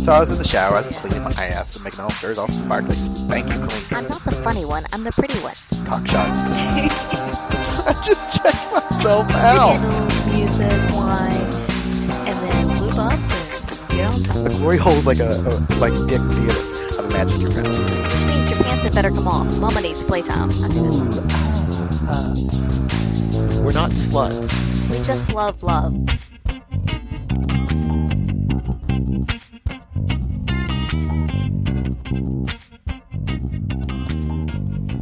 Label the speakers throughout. Speaker 1: So I was in the shower, I was cleaning my ass and making all dirt all sparkly, spanky clean,
Speaker 2: I'm not the funny one, I'm the pretty one.
Speaker 1: cock shots. I just checked myself
Speaker 3: Oh.
Speaker 1: out.
Speaker 2: Candles, music, wine, and then loop up and get on top.
Speaker 1: The glory hole's like a, a like dick theater. I've imagined your family.
Speaker 2: Which means your pants had better come off. Mama needs playtime. I mean,
Speaker 4: We're not sluts.
Speaker 2: we just love love.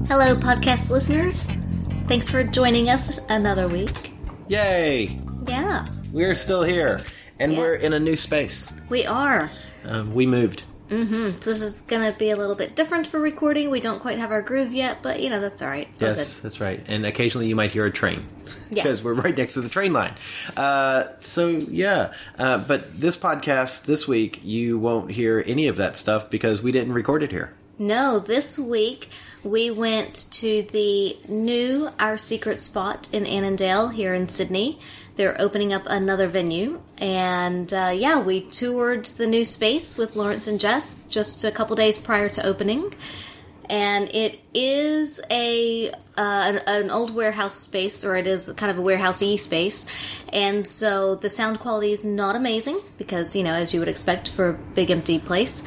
Speaker 5: Hello, podcast listeners. Thanks for joining us another week.
Speaker 4: Yay!
Speaker 5: Yeah,
Speaker 4: We're still here, and we're
Speaker 5: Yes.
Speaker 4: in a new space.
Speaker 5: we are.
Speaker 4: Um, we moved.
Speaker 5: Oh, So this is going to be a little bit different for recording. We don't quite have our groove yet, but you know, that's all right. We're
Speaker 4: Yes, that's right. And occasionally you might hear a train
Speaker 5: Yeah.
Speaker 4: because we're right next to the train line. Uh, so yeah, uh, but this podcast this week you won't hear any of that stuff because we didn't record it here.
Speaker 5: good. No, this week we went to the new Our Secret Spot in Annandale here in Sydney. They're opening up another venue. And uh, yeah, we toured the new space with Lawrence and Jess just a couple days prior to opening. and it is a uh, an, an old warehouse space, or it is kind of a warehousey space, and so the sound quality is not amazing because you know as you would expect for a big empty place.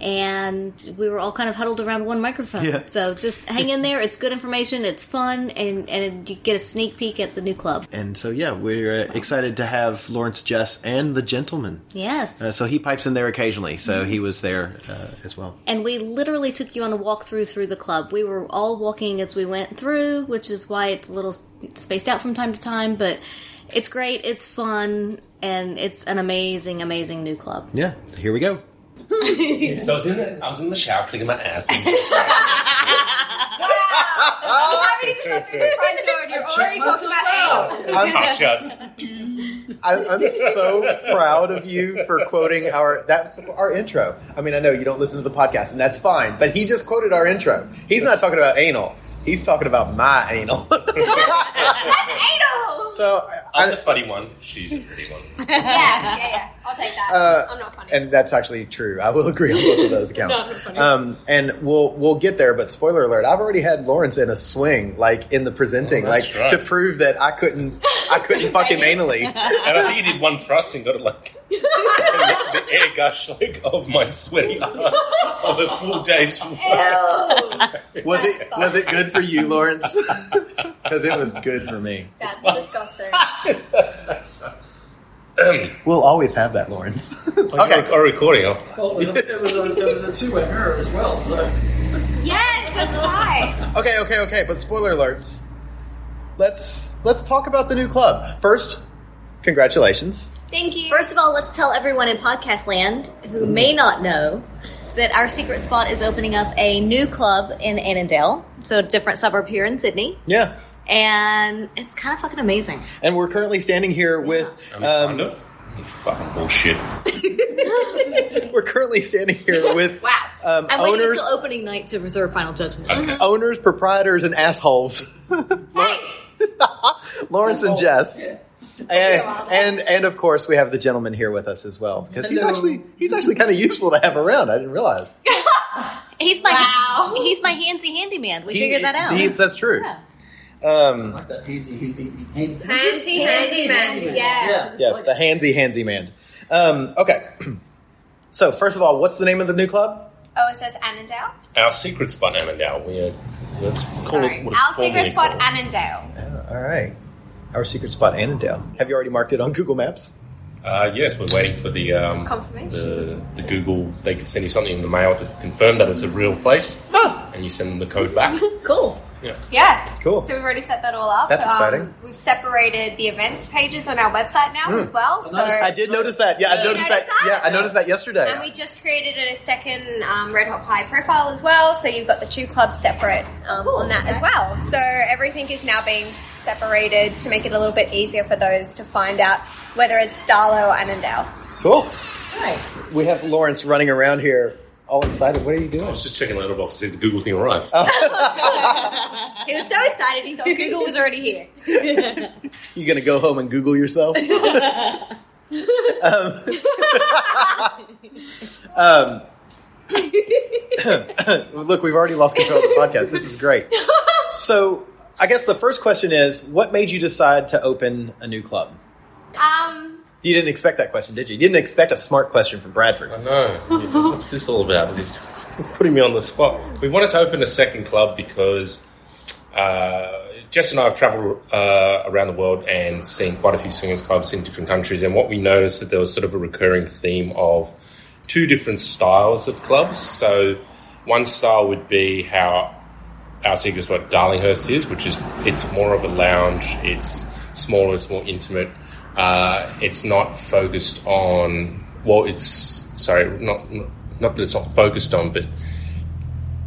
Speaker 5: And we were all kind of huddled around one microphone.
Speaker 4: Yeah.
Speaker 5: So just hang in there. It's good information. It's fun, and and you get a sneak peek at the new club.
Speaker 4: And so yeah, we're uh, excited to have Lawrence Jess and the gentleman.
Speaker 5: Yes.
Speaker 4: Uh, so he pipes in there occasionally. So he was there uh, as well.
Speaker 5: and we literally took you on a walkthrough through the club. We were all walking as we went through, which is why it's a little s- spaced out from time to time, but it's great, it's fun, and it's an amazing, amazing new club.
Speaker 4: Yeah. Here we go.
Speaker 6: So I was in the I was in the shower cleaning my ass. Mouth shuts.
Speaker 1: I, I'm so proud of you for quoting our that's our intro. I mean, I know you don't listen to the podcast, and that's fine. But he just quoted our intro. He's not talking about anal. He's talking about my anal. so I-
Speaker 6: I'm
Speaker 1: I-
Speaker 6: the funny one. She's the pretty one.
Speaker 7: yeah, yeah, yeah. I'll take that.
Speaker 1: Uh,
Speaker 7: I'm not funny.
Speaker 1: and that's actually true. I will agree on both of those accounts. um, and we'll we'll get there. But spoiler alert: I've already had Lawrence in a swing, like in the presenting,
Speaker 6: Oh, that's right.
Speaker 1: like to prove that I couldn't I couldn't fuck him anally.
Speaker 6: And I think he did one thrust and got it like and the, the air gush like of my sweaty ass of a full day's work.
Speaker 1: Was it was it good for you, Lawrence? Because it was good for me.
Speaker 7: That's disgusting.
Speaker 1: We'll always have that, Lawrence.
Speaker 6: Okay, or recording. Oh,
Speaker 8: Well, it was a, it was a, it was a two-way mirror as well, so
Speaker 7: yes, that's right.
Speaker 1: Okay, okay, okay. But spoiler alerts. Let's let's talk about the new club first. Congratulations.
Speaker 7: Thank you.
Speaker 5: First of all, let's tell everyone in podcast land who may not know that our secret spot is opening up a new club in Annandale, so a different suburb here in Sydney,
Speaker 1: Yeah.
Speaker 5: and it's kind of fucking amazing.
Speaker 1: And we're currently standing here with
Speaker 6: I mean,
Speaker 1: um,
Speaker 6: kind of. You fucking bullshit.
Speaker 1: we're currently standing here with
Speaker 7: Wow.
Speaker 1: um,
Speaker 5: I'm waiting
Speaker 1: owners,
Speaker 5: until opening night to reserve final judgment.
Speaker 6: Okay.
Speaker 7: Mm-hmm.
Speaker 1: owners, proprietors, and assholes. Lawrence and Jess. And, and and of course we have the gentleman here with us as well because he's
Speaker 8: Hello.
Speaker 1: actually he's actually kind of useful to have around. I didn't realize.
Speaker 5: He's my
Speaker 7: Wow.
Speaker 5: he's my handsy handyman. We
Speaker 1: He-
Speaker 5: figured that out.
Speaker 1: he- that's true.
Speaker 5: Yeah.
Speaker 1: Um,
Speaker 8: like that handsy, handsy, handsy,
Speaker 7: Handsy, handsy man. Yeah.
Speaker 1: yes, the handsy handsy man. Um, okay. So first of all, what's the name of the new club?
Speaker 7: Oh, it says Annandale.
Speaker 6: Our secret spot Annandale. We are let's call
Speaker 7: Sorry.
Speaker 6: it what it's
Speaker 7: Our
Speaker 6: formally
Speaker 7: secret spot,
Speaker 6: called.
Speaker 7: Annandale.
Speaker 1: Yeah, Uh, all right. Our secret spot, Annandale. Have you already marked it on Google Maps?
Speaker 6: Uh, yes, we're waiting for the um,
Speaker 7: Confirmation.
Speaker 6: The, the Google. They can send you something in the mail to confirm that it's a real place, and you send them the code back.
Speaker 5: Cool.
Speaker 7: Yeah.
Speaker 1: Cool.
Speaker 7: So we've already set that all up.
Speaker 1: That's
Speaker 7: Um,
Speaker 1: exciting.
Speaker 7: we've separated the events pages on our website now
Speaker 6: Hmm.
Speaker 7: as well. So
Speaker 8: nice.
Speaker 1: I did notice that. Yeah, I
Speaker 7: You
Speaker 1: noticed that.
Speaker 7: noticed that?
Speaker 1: Yeah, I noticed that yesterday.
Speaker 7: And we just created a second um, Red Hot Pie profile as well, so you've got the two clubs separate um, on that as well. So everything is now being separated to make it a little bit easier for those to find out whether it's Darlow or Annandale.
Speaker 1: cool.
Speaker 5: Nice.
Speaker 1: We have Lawrence running around here, all excited. What are you
Speaker 6: I
Speaker 1: doing?
Speaker 6: was just checking letterbox to see if the Google thing arrived.
Speaker 7: He was so excited he thought Google was already here.
Speaker 1: You gonna go home and Google yourself? um, um, look, we've already lost control of the podcast. This is great. So, I guess the first question is, what made you decide to open a new club?
Speaker 7: Um,
Speaker 1: You didn't expect that question, did you? You didn't expect a smart question from Bradford.
Speaker 6: I know. What's this all about? Putting me on the spot. We wanted to open a second club because uh, Jess and I have travelled uh, around the world and seen quite a few swingers clubs in different countries. And what we noticed that there was sort of a recurring theme of two different styles of clubs. So one style would be how our secret spot Darlinghurst is, which is it's more of a lounge. It's smaller. It's more intimate. Uh, it's not focused on well. It's sorry, not not that it's not focused on, but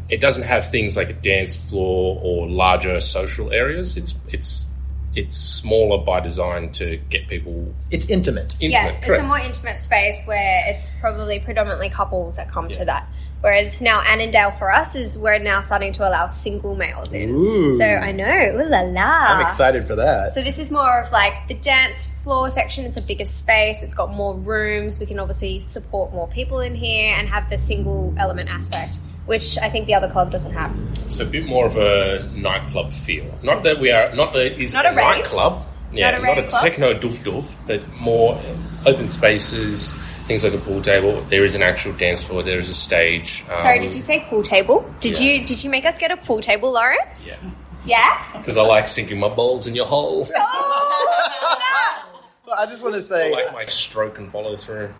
Speaker 6: it doesn't have things like a dance floor or larger social areas. It's it's it's smaller by design to get people
Speaker 1: It's intimate.
Speaker 6: intimate.
Speaker 7: yeah, it's
Speaker 6: correct.
Speaker 7: a more intimate space where it's probably predominantly couples that come to that. Whereas now Annandale for us is we're now starting to allow single males in. So I know, ooh la la.
Speaker 1: I'm excited for that.
Speaker 7: Ah. So this is more of like the dance floor section. It's a bigger space. It's got more rooms. We can obviously support more people in here and have the single element aspect, which I think the other club doesn't have.
Speaker 6: So a bit more of a nightclub feel. Not that we are not that it is
Speaker 7: Not
Speaker 6: a,
Speaker 7: a rave.
Speaker 6: nightclub. Yeah,
Speaker 7: Not a
Speaker 6: not a
Speaker 7: rave club.
Speaker 6: techno doof doof, but more open spaces, things like a pool table. There is an actual dance floor. There is a stage. Um,
Speaker 7: Sorry, did you say pool table? Did
Speaker 6: Yeah.
Speaker 7: you did you make us get a pool table, Lawrence?
Speaker 6: Yeah,
Speaker 7: Yeah.
Speaker 6: because I like sinking my balls in your hole.
Speaker 7: Oh,
Speaker 1: Well, I just want to
Speaker 6: I
Speaker 1: say,
Speaker 6: like my stroke and follow through.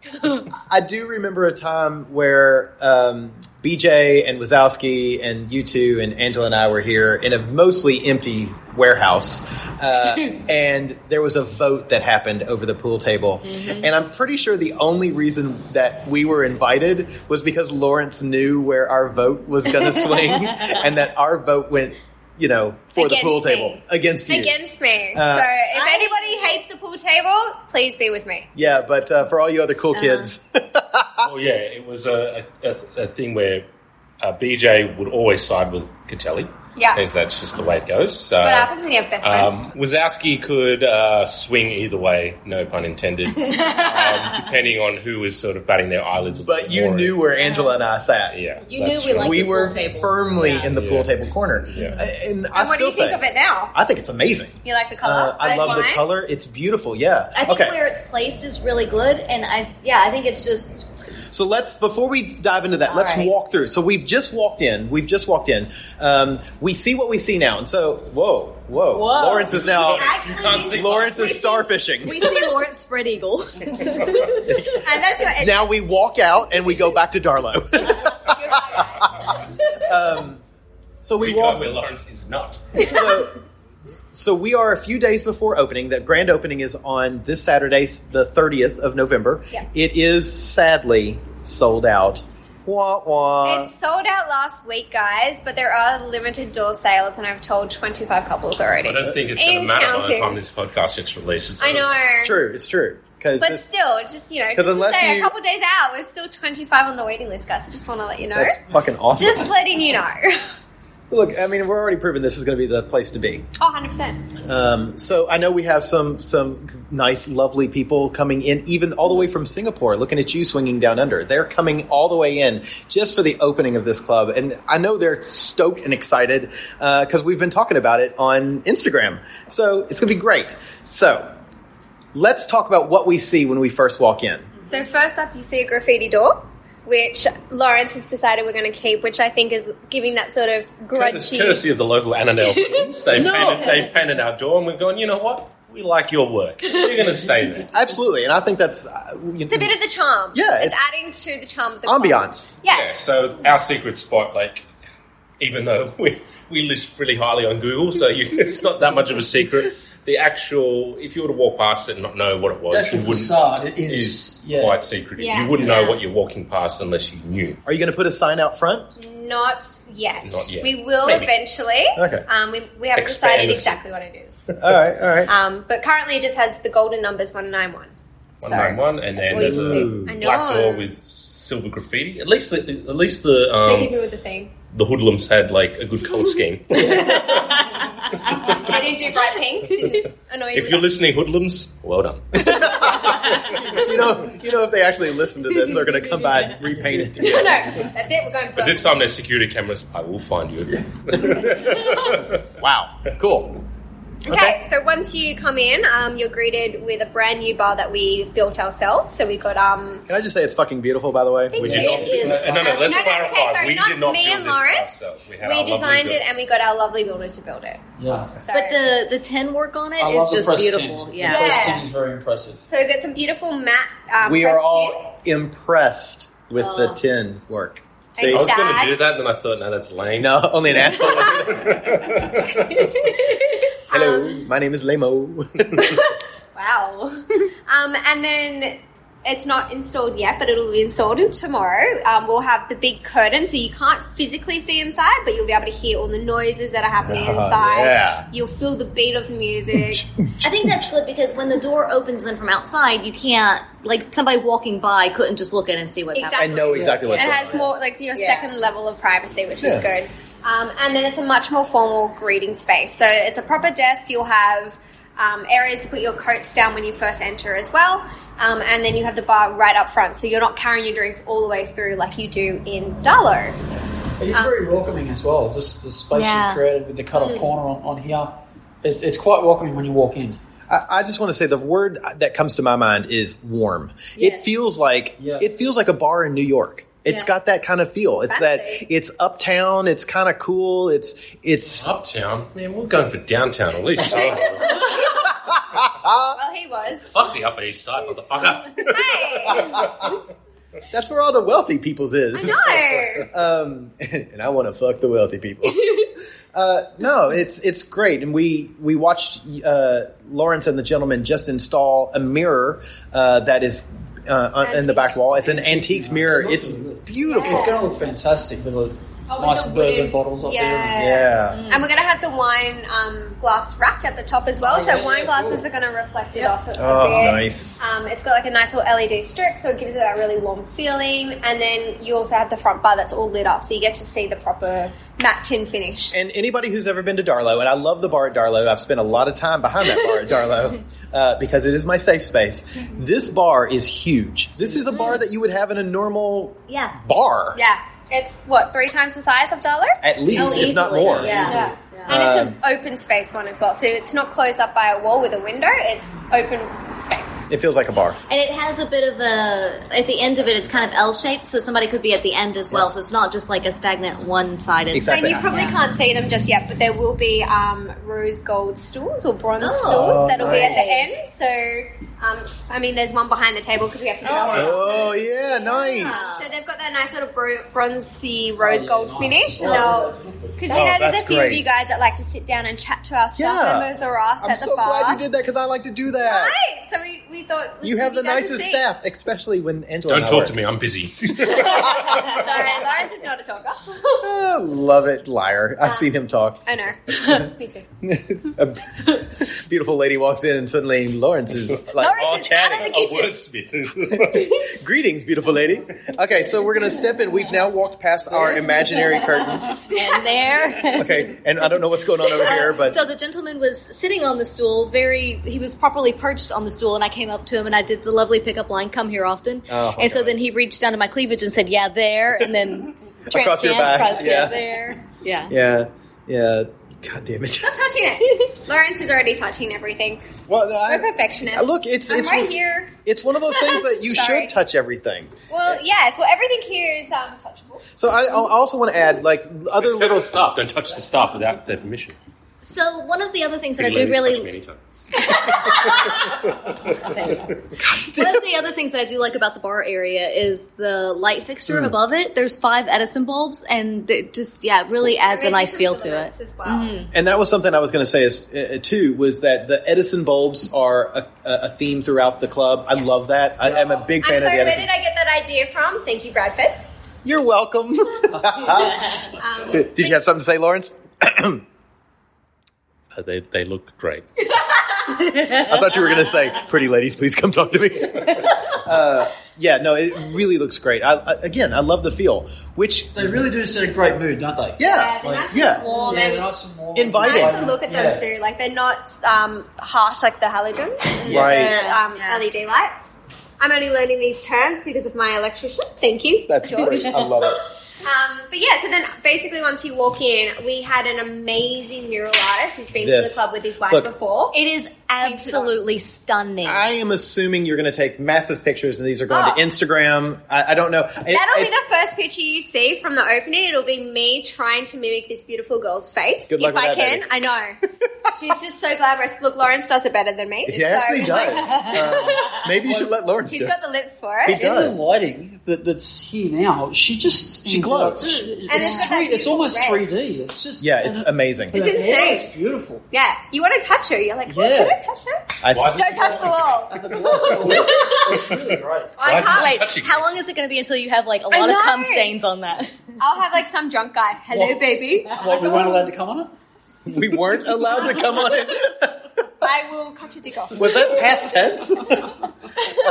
Speaker 1: I do remember a time where um, BJ and Wazowski and you two and Angela and I were here in a mostly empty warehouse, uh, and there was a vote that happened over the pool table,
Speaker 7: Mm-hmm.
Speaker 1: and I'm pretty sure the only reason that we were invited was because Lawrence knew where our vote was going to swing, and that our vote went, you know, for
Speaker 7: Against
Speaker 1: the pool
Speaker 7: me.
Speaker 1: table against you.
Speaker 7: Against me.
Speaker 1: Uh,
Speaker 7: so if anybody hates the pool table, please be with me.
Speaker 1: yeah, but uh, for all you other cool
Speaker 7: Uh-huh.
Speaker 1: kids,
Speaker 6: Well, yeah, it was a, a, a thing where uh, BJ would always side with Catelli.
Speaker 7: Yeah.
Speaker 6: and that's just the way it goes. So
Speaker 1: Uh,
Speaker 7: What happens when you have best friends?
Speaker 6: Um, Wazowski could uh, swing either way, no pun intended, um, depending on who was sort of batting their eyelids. a
Speaker 1: but
Speaker 6: bit
Speaker 1: you
Speaker 6: more.
Speaker 1: knew where Angela and I sat.
Speaker 6: yeah,
Speaker 5: You
Speaker 6: that's
Speaker 5: knew we
Speaker 6: right.
Speaker 5: liked
Speaker 1: we
Speaker 5: the pool
Speaker 1: were
Speaker 5: table.
Speaker 1: firmly
Speaker 5: Yeah.
Speaker 1: in the pool table corner.
Speaker 6: Yeah.
Speaker 1: Uh, And, I
Speaker 7: and what do
Speaker 1: still
Speaker 7: you think
Speaker 1: say,
Speaker 7: of it now?
Speaker 1: I think it's amazing.
Speaker 7: You like the color?
Speaker 1: Uh, I
Speaker 7: Red
Speaker 1: love the
Speaker 7: wine?
Speaker 1: color. It's beautiful. Yeah.
Speaker 5: I think
Speaker 1: okay.
Speaker 5: where it's placed is really good, and I yeah, I think it's just
Speaker 1: So let's before we dive into that,
Speaker 5: All
Speaker 1: let's
Speaker 5: right.
Speaker 1: walk through. So we've just walked in. We've just walked in. Um, we see what we see now, and so whoa, whoa,
Speaker 5: Whoa.
Speaker 1: Lawrence is now.
Speaker 5: Actually,
Speaker 6: you can't see
Speaker 1: Lawrence is starfishing.
Speaker 5: we see Lawrence spread eagle.
Speaker 7: And that's what
Speaker 1: now we walk out and we go back to Darlow. um, so we,
Speaker 6: We
Speaker 1: walk.
Speaker 6: know where Lawrence is not.
Speaker 1: so so we are a few days before opening the grand opening is on this saturday the 30th of november
Speaker 7: Yes.
Speaker 1: it is sadly sold out wah
Speaker 6: Uh,
Speaker 1: wah
Speaker 7: It sold out last week, guys, but there are limited door sales, and I've told 25 couples already.
Speaker 6: I don't think it's going to
Speaker 7: And
Speaker 6: matter by the
Speaker 7: counting.
Speaker 6: time this podcast gets released. It's
Speaker 7: I know.
Speaker 6: over.
Speaker 1: it's true it's true because
Speaker 7: But still, just, you know,
Speaker 1: 'Cause
Speaker 7: just to
Speaker 1: unless
Speaker 7: say
Speaker 1: you-
Speaker 7: a couple days out, we're still 25 on the waiting list, guys. I just want to let you know.
Speaker 1: that's fucking awesome
Speaker 7: Just letting you know.
Speaker 1: look i mean we're already proven this is going to be the place to be
Speaker 7: Oh, 100%.
Speaker 1: Um, so I know we have some some nice, lovely people coming in, even all the way from Singapore. Looking at you, swinging down under. They're coming all the way in just for the opening of this club, and I know they're stoked and excited because we've been talking about it on Instagram. So it's going to be great. So let's talk about what we see when we first walk in.
Speaker 7: So, first up, you see a graffiti door. Which Lawrence has decided we're going to keep, which I think is giving that sort of
Speaker 6: It's
Speaker 7: grudgy.
Speaker 6: courtesy of the local Annandale Films. They,
Speaker 1: No.
Speaker 6: painted, they painted our door, and we've gone. You know what? We like your work. We're going to stay there.
Speaker 1: Absolutely, and I think that's uh, you
Speaker 7: It's a bit of the charm.
Speaker 1: Yeah,
Speaker 7: it's,
Speaker 1: it's-
Speaker 7: adding to the charm of the club.
Speaker 1: ambiance.
Speaker 7: Yes,
Speaker 6: Yeah, so our secret spot, like, even though we we list really highly on Google, so you, it's not that much of a secret. The actual, if you were to walk past it and not know what it was,
Speaker 8: That's
Speaker 6: you
Speaker 8: the
Speaker 6: wouldn't.
Speaker 8: facade. It is,
Speaker 6: Is
Speaker 8: yeah.
Speaker 6: quite secretive.
Speaker 7: Yeah.
Speaker 6: you wouldn't
Speaker 7: Yeah.
Speaker 6: know what you're walking past unless you knew.
Speaker 1: Are you going to put a sign out front?
Speaker 7: Not yet.
Speaker 6: Not yet.
Speaker 7: We will
Speaker 6: Maybe.
Speaker 7: eventually.
Speaker 1: Okay.
Speaker 7: Um, we, we haven't
Speaker 6: Expand
Speaker 7: decided
Speaker 6: this.
Speaker 7: exactly what it is.
Speaker 1: All right, all right.
Speaker 7: Um, but currently it just has the golden numbers 191.
Speaker 6: One nine one, and then
Speaker 7: all you
Speaker 6: there's a
Speaker 7: can see. I
Speaker 6: black
Speaker 7: know.
Speaker 6: door with silver graffiti. At least, the, at least the
Speaker 7: They
Speaker 6: um,
Speaker 7: hit me with the thing.
Speaker 6: the hoodlums had like a good color scheme.
Speaker 7: They didn't do bright pink. Didn't annoy you.
Speaker 6: if you're listening, hoodlums, well done.
Speaker 1: you know, you know, if they actually listen to this, they're going to come by and repaint it
Speaker 7: no,
Speaker 1: together.
Speaker 7: that's it. We're going.
Speaker 6: But this time there's security cameras. I will find you.
Speaker 1: Wow, cool.
Speaker 7: Okay, so once you come in, um, you're greeted with a brand new bar that we built ourselves. So we got um,
Speaker 1: Can I just say it's fucking beautiful, by the way?
Speaker 7: Thank
Speaker 6: We
Speaker 7: you.
Speaker 6: did not. Uh,
Speaker 7: It is
Speaker 6: No, no,
Speaker 7: fun.
Speaker 6: let's
Speaker 7: No, no,
Speaker 6: clarify.
Speaker 7: okay, sorry,
Speaker 6: we
Speaker 7: not
Speaker 6: did not
Speaker 7: me
Speaker 6: build
Speaker 7: and
Speaker 6: this by
Speaker 7: Lawrence.
Speaker 6: ourselves. We, had
Speaker 7: we
Speaker 6: our lovely
Speaker 7: designed it
Speaker 6: build-
Speaker 7: and we got our lovely builders to build it.
Speaker 8: Yeah.
Speaker 7: So,
Speaker 9: But the the tin work on it
Speaker 8: I
Speaker 9: is
Speaker 8: love the
Speaker 9: just
Speaker 8: press
Speaker 9: beautiful.
Speaker 8: tin.
Speaker 9: Yeah.
Speaker 8: The press
Speaker 7: Yeah.
Speaker 8: tin is very impressive.
Speaker 7: so we got some beautiful matte. Um,
Speaker 1: We are
Speaker 7: pressed
Speaker 1: all impressed with the
Speaker 9: Oh.
Speaker 1: tin work.
Speaker 7: Thanks,
Speaker 6: I was
Speaker 7: Dad.
Speaker 6: going to do that, and then I thought, no, that's lame.
Speaker 1: No, only an asshole. would do that.
Speaker 7: tin.
Speaker 1: Hello,
Speaker 7: Um,
Speaker 1: my name is Lamo.
Speaker 7: wow. um, and then it's not installed yet, but it'll be installed in tomorrow. Um, we'll have the big curtain, so you can't physically see inside, but you'll be able to hear all the noises that are happening
Speaker 1: Ah,
Speaker 7: inside.
Speaker 1: yeah.
Speaker 7: You'll feel the beat of the music.
Speaker 9: I think that's good because when the door opens in from outside, you can't like somebody walking by couldn't just look in and see what's
Speaker 7: Exactly.
Speaker 1: I know exactly what's
Speaker 7: it
Speaker 1: going
Speaker 7: has
Speaker 1: on.
Speaker 7: more like your
Speaker 9: Yeah.
Speaker 7: second level of privacy, which
Speaker 1: Yeah.
Speaker 7: is good. Um, and then it's a much more formal greeting space. So it's a proper desk. You'll have um, areas to put your coats down when you first enter as well. Um, and then you have the bar right up front, so you're not carrying your drinks all the way through like you do in Darlow.
Speaker 8: It
Speaker 7: Uh,
Speaker 8: is very welcoming as well. Just the space
Speaker 9: Yeah.
Speaker 8: you've created with the cut off
Speaker 7: Mm.
Speaker 8: corner on, on here. It, it's quite welcoming when you walk in.
Speaker 1: I, I just want to say the word that comes to my mind is warm. It
Speaker 9: Yes.
Speaker 1: feels like
Speaker 8: Yeah.
Speaker 1: it feels like a bar in New York. It's
Speaker 9: Yeah.
Speaker 1: got that kind of feel. It's
Speaker 7: Fancy.
Speaker 1: that it's uptown. It's kind of cool. It's it's
Speaker 6: Uptown, man, we're going for downtown at least.
Speaker 1: Uh,
Speaker 7: Well, he was.
Speaker 6: Fuck the Upper East Side, motherfucker.
Speaker 7: Hey,
Speaker 1: that's where all the wealthy people's is.
Speaker 7: no.
Speaker 1: um, and I want to fuck the wealthy people. uh, no, it's it's great, and we we watched uh, Lawrence and the gentleman just install a mirror uh, that is uh, on- in the back wall. It's an antiques mirror. It's beautiful.
Speaker 8: It's going to look fantastic with the
Speaker 7: Oh,
Speaker 8: nice
Speaker 7: with the
Speaker 8: bourbon
Speaker 7: wooden-
Speaker 8: bottles up there.
Speaker 7: Yeah.
Speaker 1: Yeah,
Speaker 7: And we're going to have the wine um, glass rack at the top as well,
Speaker 8: Oh,
Speaker 7: so
Speaker 8: yeah,
Speaker 7: wine
Speaker 8: yeah,
Speaker 7: glasses
Speaker 8: cool.
Speaker 7: are going to reflect it off. A,
Speaker 1: Oh,
Speaker 7: a bit.
Speaker 1: nice.
Speaker 7: Um, it's got like a nice little LED strip, so it gives it that really warm feeling. And then you also have the front bar that's all lit up, so you get to see the proper matte tin finish.
Speaker 1: and anybody who's ever been to Darlow, and I love the bar at Darlow. I've spent a lot of time behind that bar at Darlow uh, because it is my safe space. This bar is huge. This is a bar that you would have in a normal
Speaker 9: Yeah.
Speaker 1: bar,
Speaker 7: Yeah, it's what three times the size of Darlow.
Speaker 1: at least,
Speaker 9: Oh,
Speaker 1: if not
Speaker 9: easily,
Speaker 1: more.
Speaker 9: Yeah.
Speaker 7: Yeah. And it's an
Speaker 1: Um,
Speaker 7: open space one as well, so it's not closed up by a wall with a window. It's open space.
Speaker 1: It feels like a bar.
Speaker 9: And it has a bit of a at the end of it, it's kind of L shaped, so somebody could be at the end as well. So it's not just like a stagnant one sided.
Speaker 1: Exactly.
Speaker 7: And you probably can't see them just yet, but there will be um, rose gold stools or bronze
Speaker 9: Oh,
Speaker 7: stools that'll be at the end.
Speaker 1: nice.
Speaker 7: So, um, I mean, there's one behind the table because we have to. do our
Speaker 1: Oh yeah, nice.
Speaker 7: So they've got that nice little bro- bronzy rose
Speaker 8: Oh, yeah,
Speaker 7: gold
Speaker 8: nice.
Speaker 7: finish.
Speaker 8: Oh,
Speaker 7: Now, because we
Speaker 1: Oh,
Speaker 7: know there's
Speaker 1: that's
Speaker 7: a few of
Speaker 1: great.
Speaker 7: you guys that like to sit down and chat to our staff
Speaker 1: Yeah.
Speaker 7: members or us
Speaker 1: I'm
Speaker 7: at the
Speaker 1: so
Speaker 7: bar.
Speaker 1: glad you did that because I like to do that.
Speaker 7: Right, so we, we thought
Speaker 1: You have the nicest
Speaker 7: staff.
Speaker 1: staff, especially when Angela. and
Speaker 6: Don't
Speaker 1: I
Speaker 6: talk
Speaker 1: work.
Speaker 6: to me. I'm busy.
Speaker 7: Sorry, Lawrence is not a talker.
Speaker 1: Ah, love it, liar. I've seen him talk.
Speaker 7: I know. Me too.
Speaker 1: A beautiful lady walks in, and suddenly Lawrence is like
Speaker 7: Lawrence
Speaker 1: all
Speaker 7: is out of
Speaker 1: chatting.
Speaker 7: the
Speaker 6: a
Speaker 7: kitchen.
Speaker 6: wordsmith.
Speaker 1: Greetings, beautiful lady. Okay, so we're gonna step in. We've now walked past our imaginary curtain.
Speaker 9: and there.
Speaker 1: Okay, and I don't know what's going on over here, but
Speaker 9: so the gentleman was sitting on the stool, very he was properly perched on the stool, and I came up to him and I did the lovely pickup line, "Come here often."
Speaker 1: Oh,
Speaker 9: and so
Speaker 1: God.
Speaker 9: then he reached down to my cleavage and said, "Yeah, there," and then
Speaker 1: Across your
Speaker 9: transcend,
Speaker 1: back,
Speaker 9: across-
Speaker 1: yeah.
Speaker 9: there, yeah.
Speaker 1: yeah, yeah. God damn it.
Speaker 7: Stop touching it. Lawrence is already touching everything.
Speaker 1: Well, I,
Speaker 7: We're perfectionists.
Speaker 1: Look, it's
Speaker 7: I'm
Speaker 1: it's
Speaker 7: right here.
Speaker 1: It's one of those things that you
Speaker 7: Sorry.
Speaker 1: should touch everything.
Speaker 7: Well, yes. Well, everything here is um, touchable.
Speaker 1: So I, I also want to add, like other
Speaker 6: Except
Speaker 1: little
Speaker 6: the staff. Don't touch the staff without their permission.
Speaker 9: So one of the other things that I
Speaker 6: Big
Speaker 9: do
Speaker 6: ladies touch
Speaker 9: really
Speaker 6: me anytime.
Speaker 9: One of the other things that I do like about the bar area is the light fixture
Speaker 1: Mm.
Speaker 9: above it. There's five Edison bulbs, and it just yeah, it really adds a nice feel to it. Mm-hmm.
Speaker 7: as well.
Speaker 1: And that was something I was going to say is, uh, too was that the Edison bulbs are a, a theme throughout the club. I love that. I, I'm a big fan
Speaker 7: I'm
Speaker 1: of the
Speaker 7: sorry, where
Speaker 1: Edison.
Speaker 7: did I get that idea from? Thank you, Bradford.
Speaker 1: You're welcome.
Speaker 7: Um,
Speaker 1: did you have something to say, Lawrence?
Speaker 6: Uh, they, they look great.
Speaker 1: I thought you were going to say, "Pretty ladies, please come talk to me." uh, yeah, no, it really looks great. I, I, again, I love the feel, which
Speaker 8: They really do set a great mood, don't they?
Speaker 1: yeah,
Speaker 7: they're nice
Speaker 1: yeah.
Speaker 7: and warm.
Speaker 8: Yeah,
Speaker 7: and
Speaker 8: they're nice and warm.
Speaker 7: it's
Speaker 1: Inviting.
Speaker 7: nice to look at them
Speaker 8: Yeah.
Speaker 7: too. Like they're not um, harsh like the halogens, and
Speaker 1: Right.
Speaker 7: the um,
Speaker 5: Yeah.
Speaker 7: LED lights. I'm only learning these terms because of my electrician. Thank you.
Speaker 1: that's
Speaker 7: George.
Speaker 1: great. I love it.
Speaker 7: Um, but yeah, so then basically once you walk in, we had an amazing mural artist who's been
Speaker 1: This.
Speaker 7: to the club with his wife
Speaker 1: Look.
Speaker 7: before.
Speaker 9: It is absolutely stunning.
Speaker 1: I am assuming you're going to take massive pictures, and these are going
Speaker 7: Oh.
Speaker 1: to Instagram. I, I don't know. It-
Speaker 7: That'll be
Speaker 1: it's-
Speaker 7: the first picture you see from the opening. It'll be me trying to mimic this beautiful girl's face.
Speaker 1: Good luck
Speaker 7: if
Speaker 1: with
Speaker 7: I
Speaker 1: that,
Speaker 7: can,
Speaker 1: baby.
Speaker 7: I know. She's just so glamorous. Look, Lawrence does it better than me.
Speaker 1: He
Speaker 7: So-
Speaker 1: actually does. Um, maybe you should let Lawrence
Speaker 7: He's
Speaker 1: do
Speaker 7: got
Speaker 1: it.
Speaker 7: the lips for it.
Speaker 1: He
Speaker 8: In the
Speaker 1: does.
Speaker 8: lighting that, that's here now, she just stands
Speaker 1: She glows.
Speaker 8: out. It's,
Speaker 7: it's got that
Speaker 8: three, it's
Speaker 7: beautiful
Speaker 8: almost
Speaker 7: red.
Speaker 8: 3D. It's just
Speaker 1: Yeah, it's
Speaker 8: and it-
Speaker 1: amazing.
Speaker 8: and
Speaker 7: It's
Speaker 8: the hair,
Speaker 7: insane.
Speaker 8: It's beautiful.
Speaker 7: Yeah, you want to touch her. You're like,
Speaker 8: Yeah.
Speaker 7: can I touch her?
Speaker 1: It's-
Speaker 7: Don't touch the wall.
Speaker 8: And the glass, it's, it's really great.
Speaker 7: I
Speaker 6: isn't
Speaker 7: can't
Speaker 6: she
Speaker 7: wait.
Speaker 6: touching
Speaker 9: How long is it going to be until you have like a
Speaker 7: I
Speaker 9: lot of
Speaker 7: know.
Speaker 9: cum stains on that?
Speaker 7: I'll have like some drunk guy. Hello,
Speaker 8: What?
Speaker 7: baby.
Speaker 8: What, we weren't allowed to come on it?
Speaker 1: we weren't allowed to come on it.
Speaker 7: I will cut your dick off.
Speaker 1: Was that past tense? um,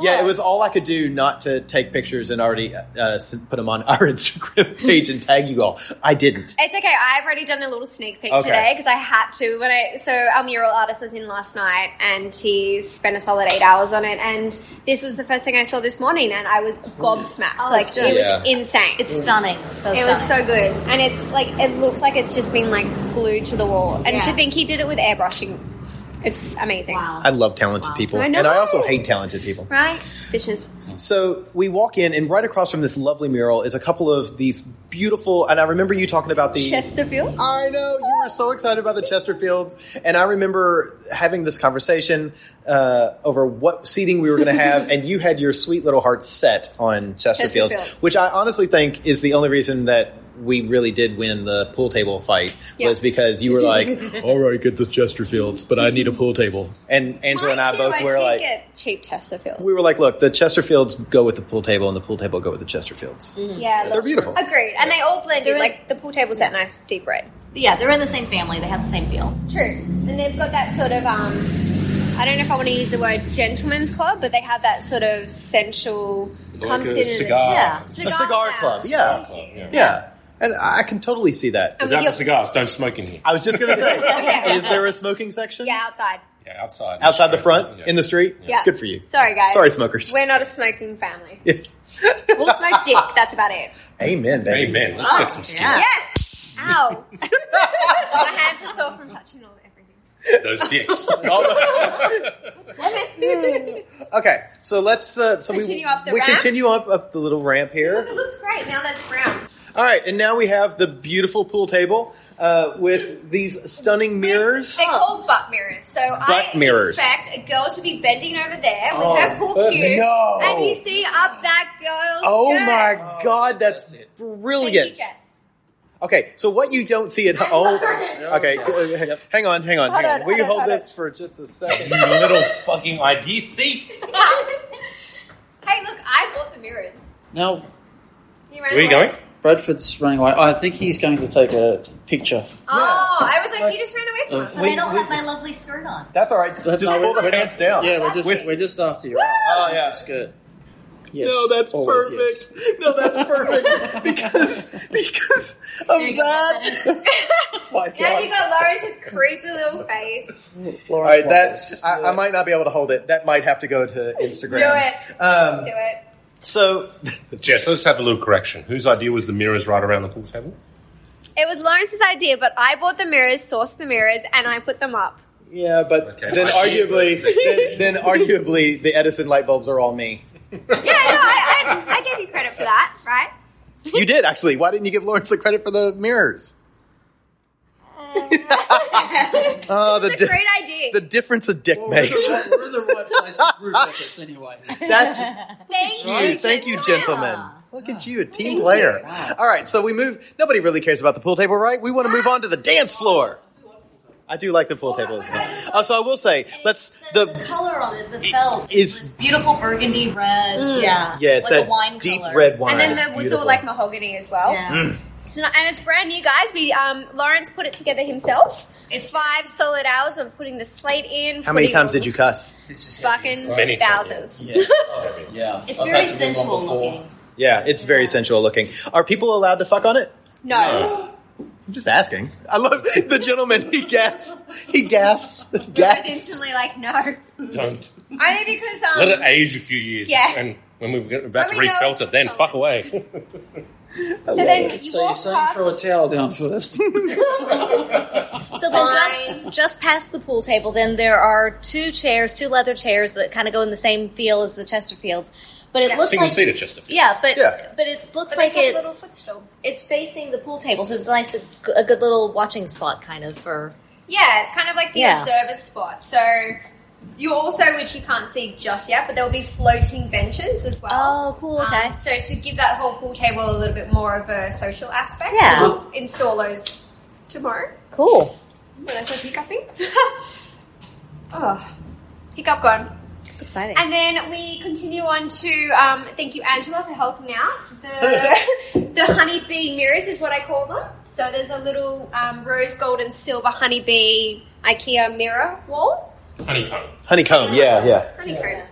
Speaker 1: yeah, it was all I could do not to take pictures and already uh, s- put them on our Instagram page and tag you all. I didn't.
Speaker 7: It's okay. I've already done a little sneak peek
Speaker 1: Okay.
Speaker 7: today because I had to. When I so our mural artist was in last night and he spent a solid eight hours on it. And this was the first thing I saw this morning, and I was
Speaker 1: Oh,
Speaker 7: gobsmacked. like
Speaker 9: Oh, it's
Speaker 7: it
Speaker 6: just-
Speaker 7: was insane.
Speaker 9: It's stunning. So
Speaker 7: it
Speaker 9: stunning.
Speaker 7: was so good, and it's like it looks like it's just been like glued to the wall. And
Speaker 5: Yeah.
Speaker 7: to think he did it with airbrushing, it's amazing.
Speaker 5: Wow.
Speaker 1: I love talented people,
Speaker 7: I
Speaker 1: and I
Speaker 7: know.
Speaker 1: also hate talented people.
Speaker 7: Right, bitches.
Speaker 1: So we walk in, and right across from this lovely mural is a couple of these beautiful. And I remember you talking about these.
Speaker 7: Chesterfield.
Speaker 1: I know you were so excited about the Chesterfields, and I remember having this conversation uh, over what seating we were going to have, and you had your sweet little heart set on Chesterfields,
Speaker 7: Chesterfields.
Speaker 1: which I honestly think is the only reason that we really did win the pool table fight
Speaker 7: Yeah.
Speaker 1: was because you were like, "All right, get the Chesterfields, but I need a pool table," and Angela and I
Speaker 7: Mind you,
Speaker 1: both were
Speaker 7: did
Speaker 1: like.
Speaker 7: get cheap Chesterfield.
Speaker 1: We were like, look, the Chesterfields go with the pool table, and the pool table go with the Chesterfields.
Speaker 7: yeah,
Speaker 1: They're
Speaker 7: look.
Speaker 1: beautiful.
Speaker 7: Agreed, and they all blended.
Speaker 9: They're-
Speaker 7: like the pool table's that nice deep red.
Speaker 9: yeah, they're in the same family. They have the same feel.
Speaker 7: True. And they've got that sort of um I don't know if I want to use the word gentleman's club, but they have that sort of sensual
Speaker 6: Like
Speaker 7: comes
Speaker 6: a
Speaker 7: in and-
Speaker 6: cigar.
Speaker 7: yeah,
Speaker 1: A cigar club, yeah,
Speaker 6: Yeah.
Speaker 1: yeah, and I can totally see that.
Speaker 7: And
Speaker 6: Without
Speaker 7: with
Speaker 6: the
Speaker 7: your-
Speaker 6: cigars, don't smoke in here.
Speaker 1: I was just going to say,
Speaker 7: Okay.
Speaker 1: is there a smoking section?
Speaker 7: Yeah, outside.
Speaker 6: Yeah, outside.
Speaker 1: Outside the front,
Speaker 6: Yeah.
Speaker 1: in the street?
Speaker 7: Yeah.
Speaker 1: Good for you.
Speaker 7: Sorry, guys.
Speaker 1: Sorry, smokers.
Speaker 7: We're not a smoking family.
Speaker 1: Yes.
Speaker 7: We'll smoke dick. That's about it.
Speaker 1: Amen, baby.
Speaker 6: Amen. Let's get
Speaker 1: Oh,
Speaker 6: some skin.
Speaker 9: yeah.
Speaker 7: Yes. Ow. My hands are sore from touching all everything.
Speaker 6: Those dicks.
Speaker 1: All the-
Speaker 7: Damn it.
Speaker 1: okay, so let's uh, so
Speaker 7: Continue
Speaker 1: we,
Speaker 7: up the
Speaker 1: we
Speaker 7: ramp?
Speaker 1: continue up up the little ramp here.
Speaker 7: Look, it looks great now that it's brown.
Speaker 1: All right, and now we have the beautiful pool table uh, with these stunning mirrors.
Speaker 7: They're called butt mirrors. So
Speaker 1: Butt
Speaker 7: I
Speaker 1: mirrors.
Speaker 7: expect a girl to be bending over there with
Speaker 8: Oh,
Speaker 7: her pool
Speaker 8: perfect.
Speaker 7: cue,
Speaker 1: No.
Speaker 7: and you see up that girl's.
Speaker 1: Oh
Speaker 7: skirt.
Speaker 1: my god, that's
Speaker 8: that's it.
Speaker 7: Thank you,
Speaker 1: brilliant.
Speaker 7: Jess.
Speaker 1: Okay, so what you don't see at home. Okay, uh, hang on, hang on,
Speaker 7: Hold
Speaker 1: hang
Speaker 7: on,
Speaker 1: on. Will you hold
Speaker 7: hold on, hold
Speaker 1: this for just a second?
Speaker 6: you little fucking idea thief.
Speaker 7: Hey, look, I bought the mirrors.
Speaker 8: Now,
Speaker 7: You ran
Speaker 6: Where are you
Speaker 7: away.
Speaker 6: going?
Speaker 8: Bradford's running away. I think he's going to take a picture.
Speaker 7: Oh, I was like, you just ran away from
Speaker 8: Uh,
Speaker 7: us.
Speaker 9: But I don't have my lovely skirt on.
Speaker 1: That's all right.
Speaker 8: That's
Speaker 1: Just
Speaker 8: not-
Speaker 1: pull the
Speaker 8: we're not-
Speaker 1: pants down.
Speaker 8: Yeah, we're just,
Speaker 7: With-
Speaker 8: we're just after you.
Speaker 1: Oh, yeah.
Speaker 8: That's good. Yes,
Speaker 1: no, that's
Speaker 8: always
Speaker 1: perfect. No, that's perfect because because of that.
Speaker 8: Yes. Oh My
Speaker 7: Now
Speaker 8: God.
Speaker 7: you got Lawrence's creepy little face.
Speaker 1: All
Speaker 8: Lawrence
Speaker 1: right,
Speaker 8: Watkins.
Speaker 1: that I, I might not be able to hold it. That might have to go to Instagram.
Speaker 7: Do it.
Speaker 1: Um,
Speaker 7: Do it.
Speaker 1: so
Speaker 6: Jess, let's have a little correction. Whose idea was the mirrors right around the pool table?
Speaker 7: It was Lawrence's idea, but I bought the mirrors, sourced the mirrors, and I put them up.
Speaker 1: yeah, but
Speaker 6: Okay.
Speaker 1: then arguably, then, then arguably, the Edison light bulbs are all me.
Speaker 7: Yeah, no, I, I, I gave you credit for that, right?
Speaker 1: You did actually. Why didn't you give Lawrence the credit for the mirrors? Oh, the
Speaker 7: It's Oh. a
Speaker 1: di-
Speaker 7: great idea.
Speaker 1: the difference a dick
Speaker 8: Well, we're, in
Speaker 1: makes.
Speaker 8: the right, we're in the right place for group efforts anyway.
Speaker 1: That's
Speaker 7: Thank you.
Speaker 1: you. Thank you, gentlemen. Look at you, a team player. All right, so we move. Nobody really cares about the pool table, right? We want to move on to the dance floor. I do like the pool table as well. Uh, so I will say, let's
Speaker 5: The,
Speaker 1: the
Speaker 5: color on it, the felt,
Speaker 1: is-
Speaker 5: is this beautiful burgundy red.
Speaker 9: Mm.
Speaker 5: Yeah,
Speaker 1: yeah, it's
Speaker 5: like
Speaker 1: that
Speaker 5: a wine
Speaker 1: deep
Speaker 5: color.
Speaker 1: red wine.
Speaker 7: And then the woods are
Speaker 1: Beautiful.
Speaker 7: like mahogany as well.
Speaker 5: Yeah.
Speaker 9: Mm.
Speaker 7: It's not- and it's brand new, guys. We um, Lawrence put it together himself. It's five solid hours of putting the slate in.
Speaker 1: How many
Speaker 7: putting-
Speaker 1: times did you cuss?
Speaker 8: It's just
Speaker 7: Fucking
Speaker 6: Many times.
Speaker 7: thousands.
Speaker 8: Yeah,
Speaker 6: Oh,
Speaker 8: yeah.
Speaker 5: It's
Speaker 8: I've
Speaker 5: very
Speaker 8: had to move on
Speaker 5: sensual
Speaker 8: before.
Speaker 5: looking.
Speaker 1: Yeah, it's very sensual looking. Are people allowed to fuck on it?
Speaker 7: No,
Speaker 1: I'm just asking. I love the gentleman. He gasps. He gasps.
Speaker 7: I was
Speaker 1: gasps.
Speaker 7: instantly like no.
Speaker 6: Don't.
Speaker 7: Only because um,
Speaker 6: Let it age a few years.
Speaker 7: Yeah.
Speaker 6: And when we we're about to
Speaker 7: Let me know
Speaker 6: refelt
Speaker 7: it's
Speaker 6: it, then
Speaker 7: solid.
Speaker 6: fuck away.
Speaker 7: so then you
Speaker 8: So you're
Speaker 7: walk
Speaker 8: saying
Speaker 7: past.
Speaker 8: throw a towel down first.
Speaker 5: So then, just just past the pool table, then there are two chairs, two leather chairs that kind of go in the same feel as the Chesterfields, but it
Speaker 7: Yeah.
Speaker 5: looks
Speaker 6: Single
Speaker 5: like
Speaker 6: seater Chesterfield.
Speaker 5: yeah, but
Speaker 1: Yeah.
Speaker 5: but it looks
Speaker 7: But they
Speaker 5: like
Speaker 7: have a little
Speaker 5: it's
Speaker 7: footstool.
Speaker 5: it's facing the pool table, so it's nice a, a good little watching spot kind of for
Speaker 7: Yeah, it's kind of like the
Speaker 5: Yeah.
Speaker 7: observer spot. So you also, which you can't see just yet, but there will be floating benches as well. Um,
Speaker 5: Oh, cool, okay.
Speaker 7: so to give that whole pool table a little bit more of a social aspect,
Speaker 5: Yeah.
Speaker 7: we'll install those tomorrow
Speaker 5: cool.
Speaker 7: when I said hiccuping. oh, hiccup gone.
Speaker 5: It's exciting.
Speaker 7: And then we continue on to um, thank you, Angela, for helping out. The, the honeybee mirrors is what I call them. So there's a little um, rose gold and silver honeybee IKEA mirror wall.
Speaker 6: Honeycomb.
Speaker 1: Honeycomb. Yeah, yeah.
Speaker 7: Honeycomb.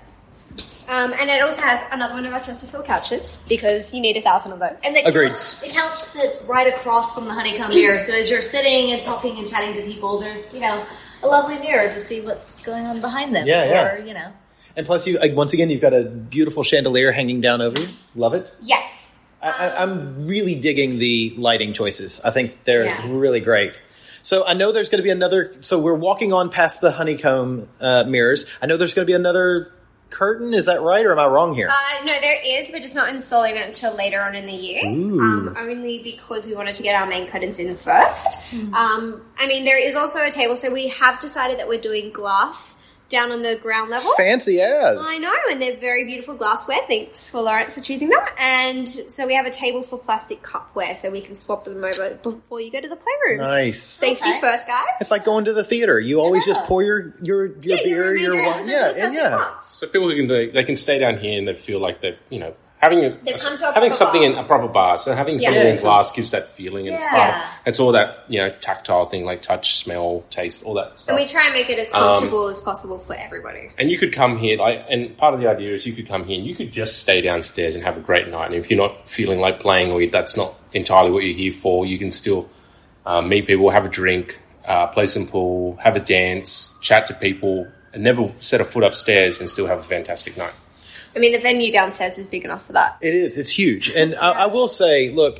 Speaker 7: Um, and it also has another one of our Chesterfield couches because you need a thousand of those.
Speaker 5: And the
Speaker 1: Agreed.
Speaker 5: couch, the couch sits right across from the honeycomb mirror. So as you're sitting and talking and chatting to people, there's you know a lovely mirror to see what's going on behind them.
Speaker 1: Yeah, yeah.
Speaker 5: Or you know,
Speaker 1: And plus, you like, once again, you've got a beautiful chandelier hanging down over you. Love it.
Speaker 7: yes.
Speaker 1: I, I,
Speaker 7: Um,
Speaker 1: I'm really digging the lighting choices. I think they're
Speaker 5: Yeah.
Speaker 1: really great. So I know there's going to be another. So we're walking on past the honeycomb uh, mirrors. I know there's going to be another curtain. Is that right, or am I wrong here?
Speaker 7: Uh, no, there is. We're just not installing it until later on in the year. Um, only because we wanted to get our main curtains in 1st Um, I mean, there is also a table, so we have decided that we're doing glass down on the ground level.
Speaker 1: Fancy
Speaker 7: oh, I
Speaker 1: as.
Speaker 7: know, and they're very beautiful glassware. Thanks for Lawrence for choosing them. And so we have a table for plastic cupware, so we can swap them over before you go to the playrooms.
Speaker 1: Nice.
Speaker 7: Safety
Speaker 5: Okay.
Speaker 7: first, guys.
Speaker 1: It's like going to the theater. You always just pour your your your beer, your
Speaker 7: remainder into
Speaker 1: wine.
Speaker 7: the
Speaker 1: Yeah,
Speaker 7: plastic
Speaker 1: and yeah.
Speaker 7: cups.
Speaker 6: So people who can do, they can stay down here and they feel like they're you know having a,
Speaker 7: They've come to a
Speaker 6: having
Speaker 7: proper
Speaker 6: something
Speaker 7: bar.
Speaker 6: in a proper bar. So having
Speaker 7: Yeah.
Speaker 6: something
Speaker 7: Yeah,
Speaker 6: in glass gives that feeling and it's
Speaker 7: Yeah.
Speaker 6: part of, it's all that you know tactile thing like touch, smell, taste, all that stuff.
Speaker 7: And we try and make it as comfortable as possible for everybody.
Speaker 6: And you could come here, like, and part of the idea is you could come here and you could just stay downstairs and have a great night. And if you're not feeling like playing or that's not entirely what you're here for, you can still uh, meet people, have a drink, uh, play some pool, have a dance, chat to people, and never set a foot upstairs and still have a fantastic night.
Speaker 7: I mean, the venue downstairs is big enough for that.
Speaker 1: It is. It's huge. And I, I will say, look,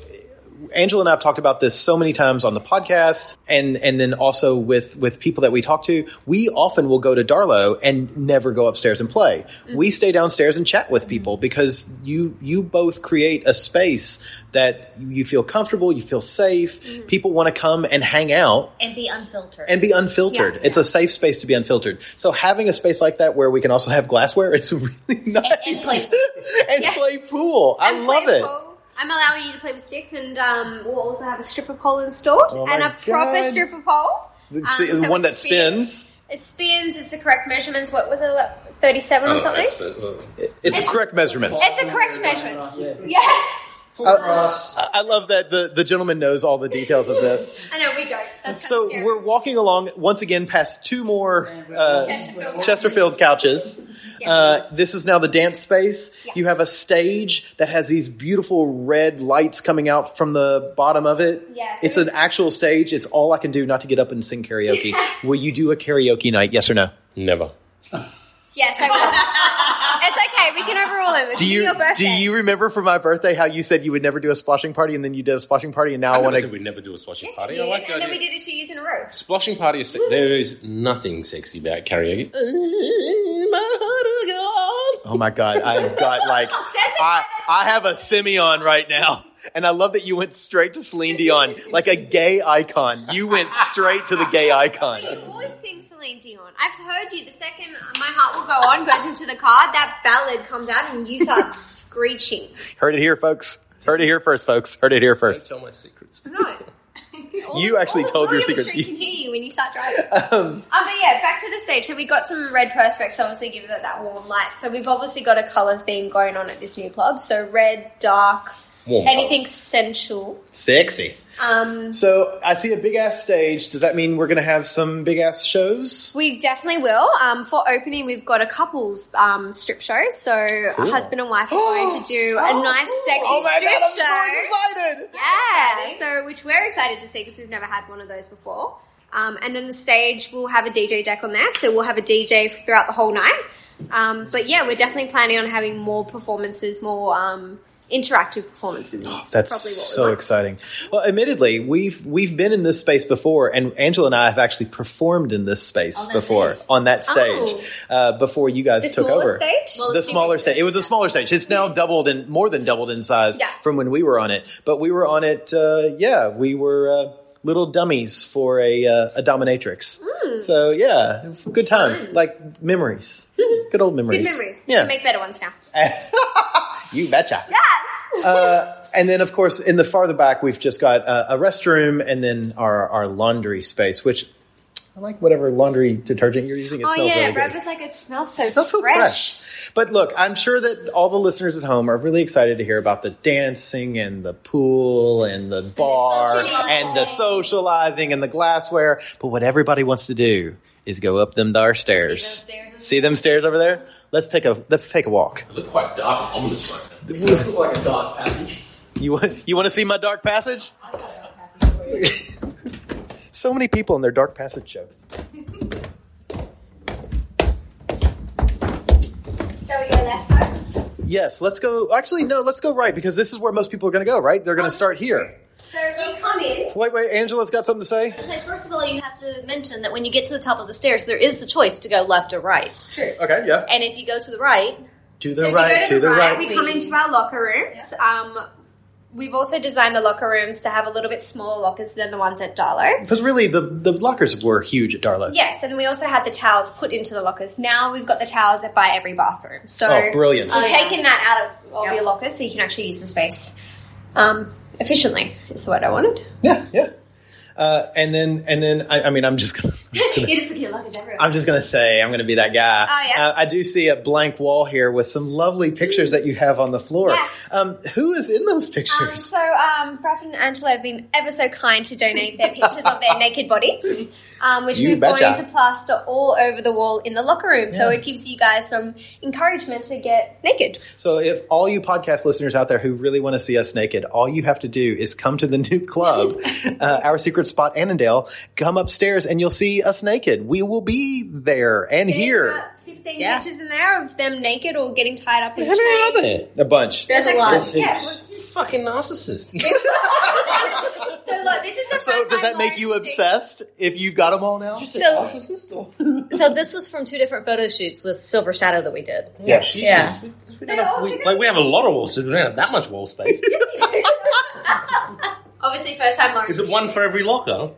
Speaker 1: Angela and I have talked about this so many times on the podcast, and and then also with with people that we talk to. We often will go to Darlow and never go upstairs and play. We stay downstairs and chat with people because you you both create a space that you feel comfortable, you feel safe. People want to come and hang out
Speaker 5: and be unfiltered.
Speaker 1: and be unfiltered.
Speaker 7: Yeah.
Speaker 1: It's a safe space to be unfiltered. So having a space like that where we can also have glassware, it's really nice.
Speaker 5: and play pool.
Speaker 1: And
Speaker 7: Yeah.
Speaker 1: play pool. I
Speaker 7: And
Speaker 1: love
Speaker 7: play
Speaker 1: it.
Speaker 7: pool. I'm allowing you to play with sticks, and um, we'll also have a stripper pole installed
Speaker 1: Oh
Speaker 7: and
Speaker 1: my
Speaker 7: a proper
Speaker 1: God.
Speaker 7: stripper pole.
Speaker 1: The,
Speaker 7: Um,
Speaker 1: see, the
Speaker 7: so
Speaker 1: one
Speaker 7: it
Speaker 1: that spins.
Speaker 7: It spins. It's the correct measurements. What was it? like, 37 or something?
Speaker 6: It's,
Speaker 7: It's,
Speaker 6: uh,
Speaker 1: It's,
Speaker 7: It's-
Speaker 1: correct measurements.
Speaker 7: the correct measurements.
Speaker 8: Yeah.
Speaker 7: Yeah.
Speaker 8: Full grass.
Speaker 1: Uh, I love that the, the gentleman knows all the details of this.
Speaker 7: I know, we don't. That's
Speaker 1: So
Speaker 7: kinda scary.
Speaker 1: we're walking along once again past two more uh,
Speaker 7: Chesterfield.
Speaker 1: Chesterfield couches.
Speaker 7: Yes.
Speaker 1: Uh, this is now the dance space.
Speaker 7: Yeah.
Speaker 1: You have a stage that has these beautiful red lights coming out from the bottom of it.
Speaker 7: Yes.
Speaker 1: It's an actual stage. It's all I can do not to get up and sing karaoke. Will you do a karaoke night? Yes or no?
Speaker 6: never.
Speaker 7: yes, I will. it's okay. We can overrule them. It's
Speaker 1: Do you
Speaker 7: your birthday.
Speaker 1: do you remember for my birthday how you said you would never do a splashing party and then you did a splashing party and now
Speaker 6: I,
Speaker 1: I,
Speaker 6: never
Speaker 1: want
Speaker 6: said
Speaker 1: to
Speaker 6: we'd never do a splashing
Speaker 7: Yes, you
Speaker 6: party.
Speaker 7: did.
Speaker 6: I like the
Speaker 7: and then we
Speaker 6: idea.
Speaker 7: did it two years in a row.
Speaker 6: Splashing party is se- there is nothing sexy about karaoke. My heart is
Speaker 1: Oh my god, I've got like
Speaker 7: it
Speaker 1: I, I have a Simeon right now. And I love that you went straight to Celine Dion, like a gay icon. You went straight to the gay icon.
Speaker 7: You always sing Celine Dion. I've heard you. The second My Heart Will Go On goes into the card, that ballad comes out and you start screeching.
Speaker 1: Heard it here, folks. Heard it here first, folks. Heard it here
Speaker 6: Don't
Speaker 1: first.
Speaker 6: tell my secrets.
Speaker 7: No. All-
Speaker 1: You actually
Speaker 7: all of
Speaker 1: told your
Speaker 7: William
Speaker 1: secret.
Speaker 7: Street can hear you when you start driving. Um, but yeah, back to the stage. So we got some red perspex, obviously, give it that warm light. So we've obviously got a color theme going on at this new club. So red, dark,
Speaker 1: Oh.
Speaker 6: Warm
Speaker 7: anything sensual.
Speaker 1: Sexy.
Speaker 7: Um,
Speaker 1: So I see a big ass stage. Does that mean we're gonna have some big ass shows?
Speaker 7: We definitely will. Um, for opening, we've got a couples um, strip show. So a husband and wife are going to do a nice,
Speaker 1: Oh,
Speaker 7: sexy strip show.
Speaker 1: excited!
Speaker 7: Yeah, so which we're excited to see because we've never had one of those before. Um, and then the stage will have a DJ deck on there, so we'll have a DJ throughout the whole night. Um, but yeah, we're definitely planning on having more performances, more um, interactive performances. is
Speaker 1: That's
Speaker 7: probably what we
Speaker 1: so
Speaker 7: want.
Speaker 1: exciting. Well, admittedly, we've we've been in this space before, and Angela and I have actually performed in this space before on that stage uh, before you guys
Speaker 7: Oh. The
Speaker 1: took
Speaker 7: smaller
Speaker 1: over.
Speaker 7: stage? Well,
Speaker 1: the
Speaker 7: let's see what
Speaker 1: smaller
Speaker 7: it
Speaker 1: stage. It was a smaller stage. It's now doubled and more than doubled in size
Speaker 7: Yeah.
Speaker 1: from when we were on it. But we were on it. Uh, yeah, we were. Uh, Little dummies for a uh, a dominatrix.
Speaker 7: Hmm.
Speaker 1: So yeah, good times, like memories, good old
Speaker 7: Good
Speaker 1: memories.
Speaker 7: memories.
Speaker 1: Yeah,
Speaker 7: We make better ones now.
Speaker 1: you betcha.
Speaker 7: Yes!
Speaker 1: And then, of course, in the farther back, we've just got uh, a restroom and then our, our laundry space, which I like whatever laundry detergent you're using. It
Speaker 7: oh,
Speaker 1: smells
Speaker 7: yeah,
Speaker 1: really
Speaker 7: Rob
Speaker 1: good.
Speaker 7: was like, it smells so,
Speaker 1: It smells so
Speaker 7: fresh.
Speaker 1: fresh. But look, I'm sure that all the listeners at home are really excited to hear about the dancing and the pool and the bar
Speaker 7: socializing.
Speaker 1: and the socializing and the glassware. But what everybody wants to do is go up them dark stairs.
Speaker 5: stairs?
Speaker 1: See them stairs over there? Let's take a let's take a walk.
Speaker 6: They look quite dark and ominous right now.
Speaker 8: It's like a dark passage.
Speaker 1: You want you want to see my dark passage? so many people in their dark passage jokes.
Speaker 7: Shall we go left first?
Speaker 1: Yes, let's go. Actually, no, let's go right because this is where most people are going to go. Right? They're going to start here.
Speaker 7: So if you come in,
Speaker 1: Wait, wait. Angela's got something to say.
Speaker 5: So first of all, you have to mention that when you get to the top of the stairs, there is the choice to go left or right.
Speaker 1: Okay, yeah.
Speaker 5: And if you go to the right,
Speaker 1: To the
Speaker 7: So if we
Speaker 1: right,
Speaker 7: go
Speaker 1: to, the right.
Speaker 7: We come into our locker rooms. Um, we've also designed the locker rooms to have a little bit smaller lockers than the ones at Darlow.
Speaker 1: Because really, the the lockers were huge at Darla.
Speaker 7: Yes, and we also had the towels put into the lockers. Now we've got the towels by every bathroom. So
Speaker 1: Oh, brilliant.
Speaker 7: We've
Speaker 5: Oh, yeah.
Speaker 7: taken that out of, of your lockers so you can actually use the space um, efficiently. Is the word I wanted.
Speaker 1: Yeah, yeah. Uh, and then, and then, I, I mean, I'm just gonna, I'm just gonna
Speaker 7: You just look at your luggage everywhere.
Speaker 1: I'm just gonna say I'm gonna be that guy.
Speaker 7: Oh, yeah.
Speaker 1: Uh, I do see a blank wall here with some lovely pictures that you have on the floor.
Speaker 7: Yes.
Speaker 1: Um, who is in those
Speaker 7: Um,
Speaker 1: pictures?
Speaker 7: so, um, Bradford and Angela have been ever so kind to donate their pictures of their naked bodies, um, which
Speaker 1: You
Speaker 7: we're
Speaker 1: betcha.
Speaker 7: going to plaster all over the wall in the locker room. So
Speaker 1: Yeah.
Speaker 7: it gives you guys some encouragement to get naked.
Speaker 1: so, if all you podcast listeners out there who really want to see us naked, all you have to do is come to the new club, uh, our secret spot, Annandale. Come upstairs and you'll see us naked. We will be there and
Speaker 7: There's
Speaker 1: here
Speaker 7: about Fifteen
Speaker 5: Yeah.
Speaker 7: pictures in there of them naked or getting tied up in
Speaker 6: How many
Speaker 7: chains.
Speaker 6: are there?
Speaker 1: a bunch.
Speaker 5: there's a lot.
Speaker 7: Yeah.
Speaker 6: You fucking narcissist.
Speaker 7: So look, this is the
Speaker 1: So,
Speaker 7: first
Speaker 1: does
Speaker 7: time
Speaker 1: that make you
Speaker 7: Lauren's-
Speaker 1: obsessed if you've got them all now?
Speaker 5: So,
Speaker 6: narcissist or?
Speaker 5: so this was from two different photo shoots with Silver Shadow that we did.
Speaker 1: Yes.
Speaker 6: Jesus.
Speaker 5: Yeah.
Speaker 6: We- We,
Speaker 7: They're
Speaker 6: don't have,
Speaker 7: all
Speaker 6: we,
Speaker 7: bigger
Speaker 6: like, we have a lot of wall space. We don't have that much wall space.
Speaker 7: Obviously, first time Lauren.
Speaker 6: Is it one for every locker?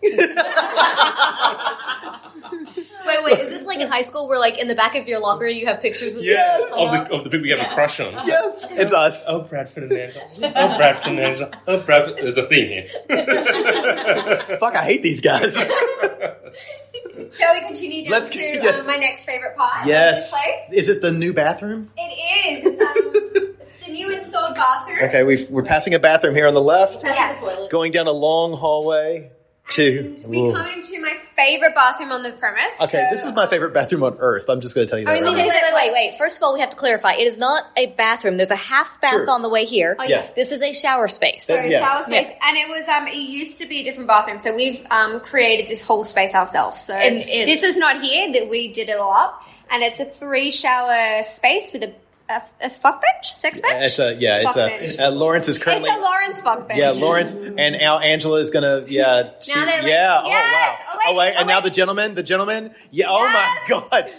Speaker 5: Wait, wait, is this like in high school where like in the back of your locker you have pictures of
Speaker 1: Yes.
Speaker 6: Of the, of the people you have a crush on.
Speaker 1: Yes, it's us.
Speaker 6: Oh, Bradford and Angela. Oh, Bradford and Angela. Oh, Bradford. There's a theme here. Oh
Speaker 1: Fuck, I hate these guys.
Speaker 7: Shall we continue down
Speaker 1: Let's-
Speaker 7: to
Speaker 1: yes.
Speaker 7: um, my next favorite part? of
Speaker 1: yes.
Speaker 7: this place?
Speaker 1: Is it the new bathroom?
Speaker 7: It is. It's, um, it's the new installed bathroom.
Speaker 1: Okay, we've, we're passing a bathroom here on the left,
Speaker 7: Yes.
Speaker 1: going down a long hallway to.
Speaker 7: And we come into my favorite bathroom on the premise.
Speaker 1: Okay,
Speaker 7: so-
Speaker 1: this is my uh, favorite bathroom on earth. I'm just going to tell you that.
Speaker 7: Only
Speaker 5: Wait,
Speaker 1: right
Speaker 5: wait,
Speaker 1: now.
Speaker 5: wait, wait, wait. First of all, we have to clarify. It is not a bathroom. There's a half bath
Speaker 1: True.
Speaker 5: on the way here.
Speaker 1: yeah. yeah.
Speaker 5: This is a shower space.
Speaker 7: so
Speaker 1: Yes.
Speaker 7: shower space.
Speaker 5: Yes.
Speaker 7: And it was um it used to be a different bathroom, so we've um created this whole space ourselves. So
Speaker 5: And it's-
Speaker 7: this is not here that we did it all up, and it's a three shower space with a a, a fuck bench, sex bench.
Speaker 1: It's a, yeah,
Speaker 7: Fuck
Speaker 1: it's
Speaker 7: bench.
Speaker 1: a. Uh, Lawrence is
Speaker 7: It's
Speaker 1: currently.
Speaker 7: a Lawrence fuck bench.
Speaker 1: Yeah, Lawrence and now Angela is gonna. Yeah, she-
Speaker 7: Now they're like,
Speaker 1: yeah.
Speaker 7: yes!
Speaker 1: Oh wow.
Speaker 7: Oh, wait,
Speaker 1: and
Speaker 7: oh,
Speaker 1: now
Speaker 7: wait.
Speaker 1: the gentleman, the gentleman. Yeah. Oh my
Speaker 7: Yes!
Speaker 1: god.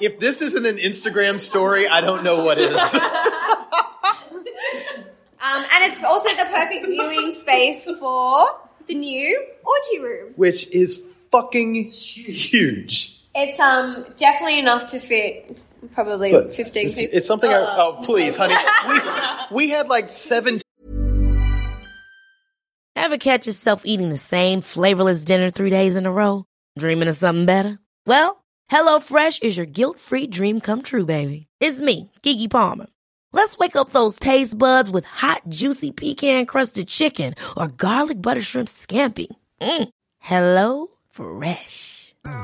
Speaker 1: If this isn't an Instagram story, I don't know what is.
Speaker 7: Um, and it's also the perfect viewing space for the new orgy room.
Speaker 1: Which is fucking huge.
Speaker 7: It's um definitely enough to fit probably
Speaker 1: Look,
Speaker 7: fifteen
Speaker 1: it's,
Speaker 7: people. Uh.
Speaker 1: it's something I. Oh, please, honey. We, we had like 17.
Speaker 10: Ever catch yourself eating the same flavorless dinner three days in a row? Dreaming of something better? Well, HelloFresh is your guilt free dream come true, baby. It's me, Gigi Palmer. Let's wake up those taste buds with hot, juicy pecan crusted chicken or garlic butter shrimp scampi. Mm. Hello Fresh.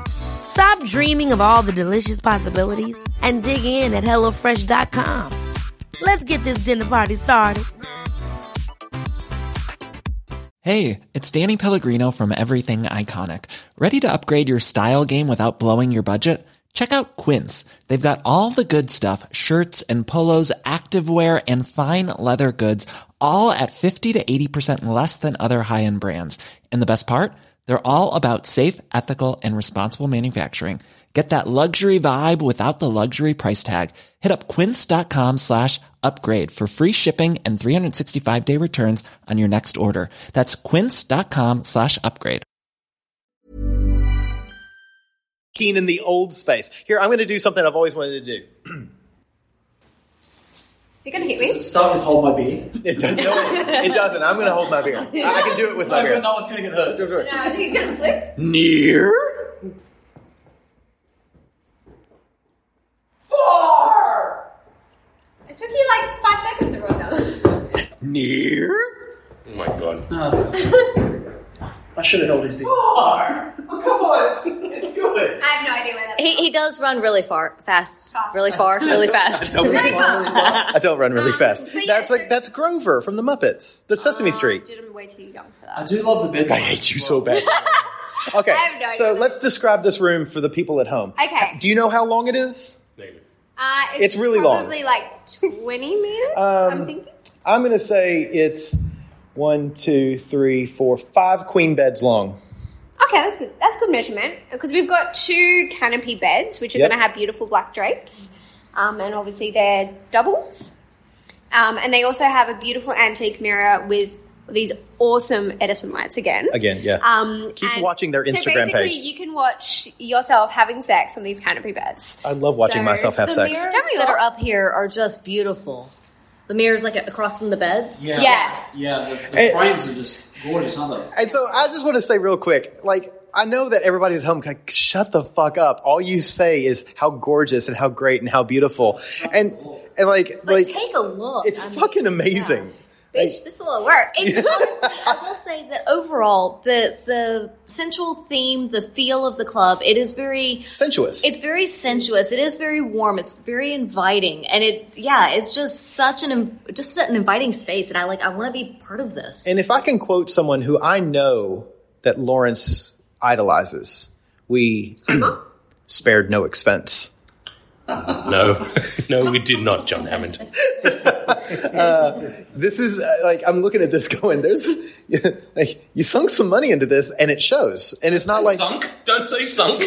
Speaker 10: Stop dreaming of all the delicious possibilities and dig in at HelloFresh.com. Let's get this dinner party started.
Speaker 4: Hey, it's Danny Pellegrino from Everything Iconic. Ready to upgrade your style game without blowing your budget? Check out Quince. They've got all the good stuff, shirts and polos, activewear and fine leather goods, all at 50 to 80% less than other high-end brands. And the best part? They're all about safe, ethical and responsible manufacturing. Get that luxury vibe without the luxury price tag. Hit up quince.com slash upgrade for free shipping and 365 day returns on your next order. That's quince.com slash upgrade.
Speaker 1: Keen in the old space. Here, I'm going to do something I've always wanted to do.
Speaker 7: Is it going to hit me?
Speaker 8: uh, Start with hold my beer.
Speaker 1: It, doesn't. no, it doesn't. I'm going to hold my beer. I, I can do it with my
Speaker 8: No,
Speaker 1: beer.
Speaker 8: no one's going to get hurt.
Speaker 1: Do it.
Speaker 7: No, is it going to flip?
Speaker 1: Near?
Speaker 7: It took you like five seconds to roll down.
Speaker 1: Near?
Speaker 6: Oh my god.
Speaker 1: Ah.
Speaker 8: I should have held his beer.
Speaker 1: Far. Oh, come on. It's, it's good.
Speaker 7: I have no idea where that.
Speaker 5: He, he does run really far, fast,
Speaker 7: Fast.
Speaker 5: really far, really fast.
Speaker 1: Don't
Speaker 7: Really
Speaker 1: run.
Speaker 7: far.
Speaker 1: I don't run really
Speaker 7: Um,
Speaker 1: fast.
Speaker 7: but yeah,
Speaker 1: That's
Speaker 7: so- Oh,
Speaker 1: like that's Grover from the Muppets, the Sesame Street.
Speaker 7: Did him way too young for
Speaker 8: I
Speaker 7: that.
Speaker 8: do love the bedroom.
Speaker 1: I hate you so bad. okay,
Speaker 7: I have no
Speaker 1: so
Speaker 7: idea.
Speaker 1: let's describe this room for the people at home. Uh,
Speaker 7: Okay.
Speaker 1: Do you know how long it is?
Speaker 6: Negative.
Speaker 7: Uh,
Speaker 1: It's really long.
Speaker 7: Probably like twenty meters.
Speaker 1: Um,
Speaker 7: I'm thinking.
Speaker 1: I'm going to say it's one, two, three, four, five queen beds long.
Speaker 7: Okay, that's good. That's good measurement because we've got two canopy beds, which are
Speaker 1: Yep.
Speaker 7: going to have beautiful black drapes, um, and obviously they're doubles. Um, and they also have a beautiful antique mirror with these awesome Edison lights again.
Speaker 1: Again, yeah.
Speaker 7: Um,
Speaker 1: Keep
Speaker 7: and-
Speaker 1: watching their
Speaker 7: so
Speaker 1: Instagram
Speaker 7: basically
Speaker 1: page.
Speaker 7: You can watch yourself having sex on these canopy beds.
Speaker 1: I love watching
Speaker 7: so
Speaker 1: myself have
Speaker 5: the
Speaker 1: sex.
Speaker 5: mirrors
Speaker 7: Don't we
Speaker 5: that
Speaker 7: all?
Speaker 5: are up here are just beautiful. The mirrors like across from the beds.
Speaker 8: Yeah.
Speaker 7: Yeah.
Speaker 8: Yeah, the, the
Speaker 1: Hey.
Speaker 8: frames are just gorgeous, aren't they?
Speaker 1: And so I just want to say real quick, like I know that everybody's home like shut the fuck up. All you say is how gorgeous and how great and how beautiful. And and like
Speaker 5: But
Speaker 1: like
Speaker 5: take a look.
Speaker 1: it's
Speaker 5: I mean,
Speaker 1: fucking amazing.
Speaker 7: Bitch, this is a lot of work.
Speaker 5: It looks. I will say that overall, the the central theme, the feel of the club, it is very.
Speaker 1: Sensuous.
Speaker 5: It's very sensuous. It is very warm. It's very inviting, and it yeah, it's just such an im- just an inviting space, and I like I want to be part of this.
Speaker 1: And if I can quote someone who I know that Lawrence idolizes, we spared no expense.
Speaker 6: No, no, we did not, John Hammond.
Speaker 1: This is uh, like I'm looking at this going. There's like you sunk some money into this, and it shows. And it's not like
Speaker 6: Sunk? Don't say sunk.
Speaker 7: No, we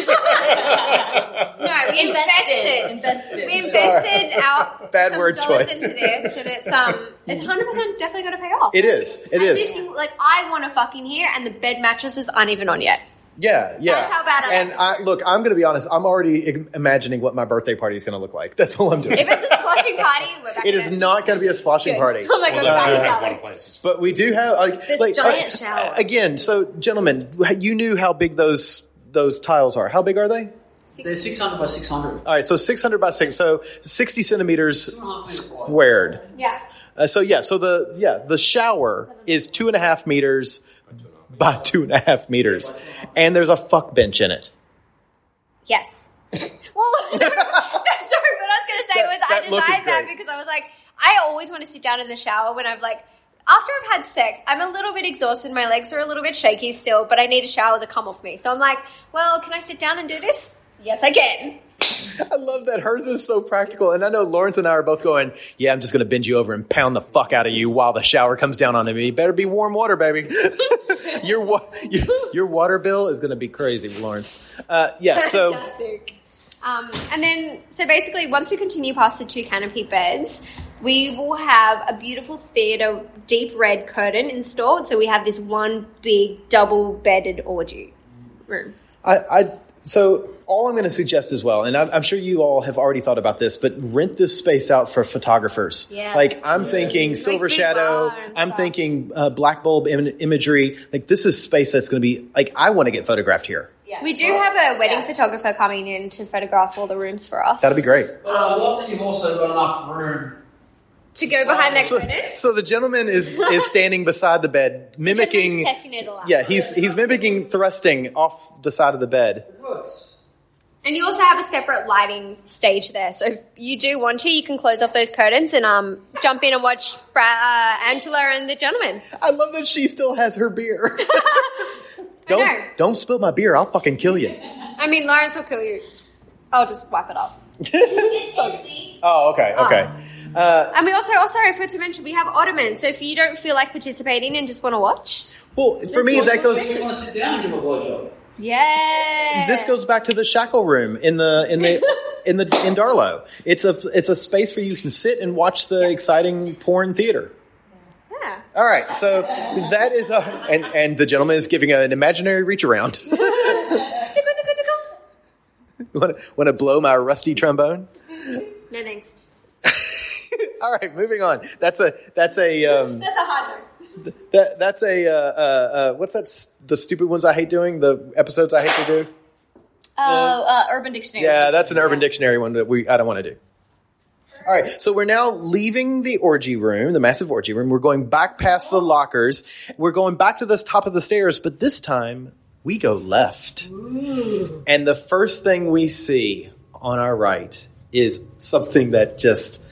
Speaker 7: invested.
Speaker 5: Invested.
Speaker 7: We invested our
Speaker 1: Bad
Speaker 7: some
Speaker 1: word
Speaker 7: dollars
Speaker 1: choice.
Speaker 7: into this, and it's um, it's hundred percent definitely going to pay off.
Speaker 1: it is. It
Speaker 7: I'm
Speaker 1: is.
Speaker 7: thinking, like I want to fucking hear, and the bed mattress is uneven on yet.
Speaker 1: Yeah, yeah.
Speaker 7: That's how bad I
Speaker 1: And
Speaker 7: like
Speaker 1: I, look, I'm going to be honest. I'm already im- imagining what my birthday party is going to look like. That's all I'm doing.
Speaker 7: If it's a splashing party, we're back.
Speaker 1: it is not going to be a splashing party.
Speaker 7: Oh my god,
Speaker 6: Although we don't
Speaker 7: we're back
Speaker 6: have
Speaker 7: in
Speaker 6: one
Speaker 7: Darwin.
Speaker 6: place.
Speaker 1: But we do have like,
Speaker 5: This
Speaker 1: like,
Speaker 5: giant
Speaker 1: uh,
Speaker 5: shower.
Speaker 1: again. So, gentlemen, you knew how big those those tiles are. How big are they?
Speaker 8: They're 600 by 600.
Speaker 1: All right, so 600 by six, so 60 centimeters squared.
Speaker 7: Yeah.
Speaker 1: Uh, so yeah, so the yeah the shower is two and a half meters by two and a half meters, and there's a fuck bench in it.
Speaker 7: Yes. Well, no, sorry. What I was going to say
Speaker 1: That-
Speaker 7: was I
Speaker 1: that look is
Speaker 7: designed that
Speaker 1: great.
Speaker 7: because I was like, I always want to sit down in the shower when I've like. After I've had sex, I'm a little bit exhausted. My legs are a little bit shaky still, but I need a shower to come off me. So I'm like, well, can I sit down and do this? Yes, I can.
Speaker 1: I love that hers is so practical, and I know Lawrence and I are both going. Yeah, I'm just gonna bend you over and pound the fuck out of you while the shower comes down on me. Better be warm water, baby. your, wa- your your water bill is gonna be crazy, Lawrence. Uh, yeah, so.
Speaker 7: Fantastic. Um, and then, so basically, once we continue past the two canopy beds, we will have a beautiful theatre deep red curtain installed. So we have this one big double bedded orgy room.
Speaker 1: I, I so all I'm going to suggest as well, and I'm, I'm sure you all have already thought about this, but rent this space out for photographers.
Speaker 7: Yes.
Speaker 1: Like I'm thinking Silver
Speaker 7: big
Speaker 1: Shadow,
Speaker 7: bar and
Speaker 1: I'm thinking uh, black bulb Im- imagery. Like this is space that's going to be like I want to get photographed here.
Speaker 7: We do have a wedding photographer coming in to photograph all the rooms for us.
Speaker 1: That'll be great.
Speaker 8: But I love that you've also got enough room.
Speaker 7: To go behind that
Speaker 1: So,
Speaker 7: curtain.
Speaker 1: so the gentleman is is standing beside the bed, mimicking.
Speaker 7: testing it all out.
Speaker 1: Yeah, he's he's mimicking thrusting off the side of the bed.
Speaker 7: And you also have a separate lighting stage there. So if you do want to, you can close off those curtains and um, jump in and watch Bra- uh, Angela and the gentleman.
Speaker 1: I love that she still has her beer. Don't don't spill my beer. I'll fucking kill you.
Speaker 7: I mean, Lawrence will kill you. I'll just wipe it up.
Speaker 1: Oh, okay, okay. Uh,
Speaker 7: And we also, oh, sorry, I forgot to mention, we have ottomans. So if you don't feel like participating and just want to watch,
Speaker 1: well, for me, that goes.
Speaker 8: You want to sit down and give a blowjob?
Speaker 7: yeah.
Speaker 1: This goes back to the shackle room in the in the in the in Darlow. It's a it's a space where you can sit and watch the exciting porn theater.
Speaker 7: Yeah.
Speaker 1: All right, so that is a and and the gentleman is giving an imaginary reach around.
Speaker 7: tickle, tickle, tickle.
Speaker 1: want to want to blow my rusty trombone?
Speaker 7: No thanks.
Speaker 1: All right, moving on. That's a that's a um,
Speaker 7: That's a hard no.
Speaker 1: that that's a uh, uh, uh, what's that? s- The stupid ones I hate doing. The episodes I hate to do.
Speaker 5: Oh, uh, Urban Dictionary.
Speaker 1: Yeah, that's an Urban Dictionary one that we I don't want to do. All right, so we're now leaving the orgy room, the massive orgy room. We're going back past the lockers. We're going back to this top of the stairs, but this time we go left. And the first thing we see on our right is something that just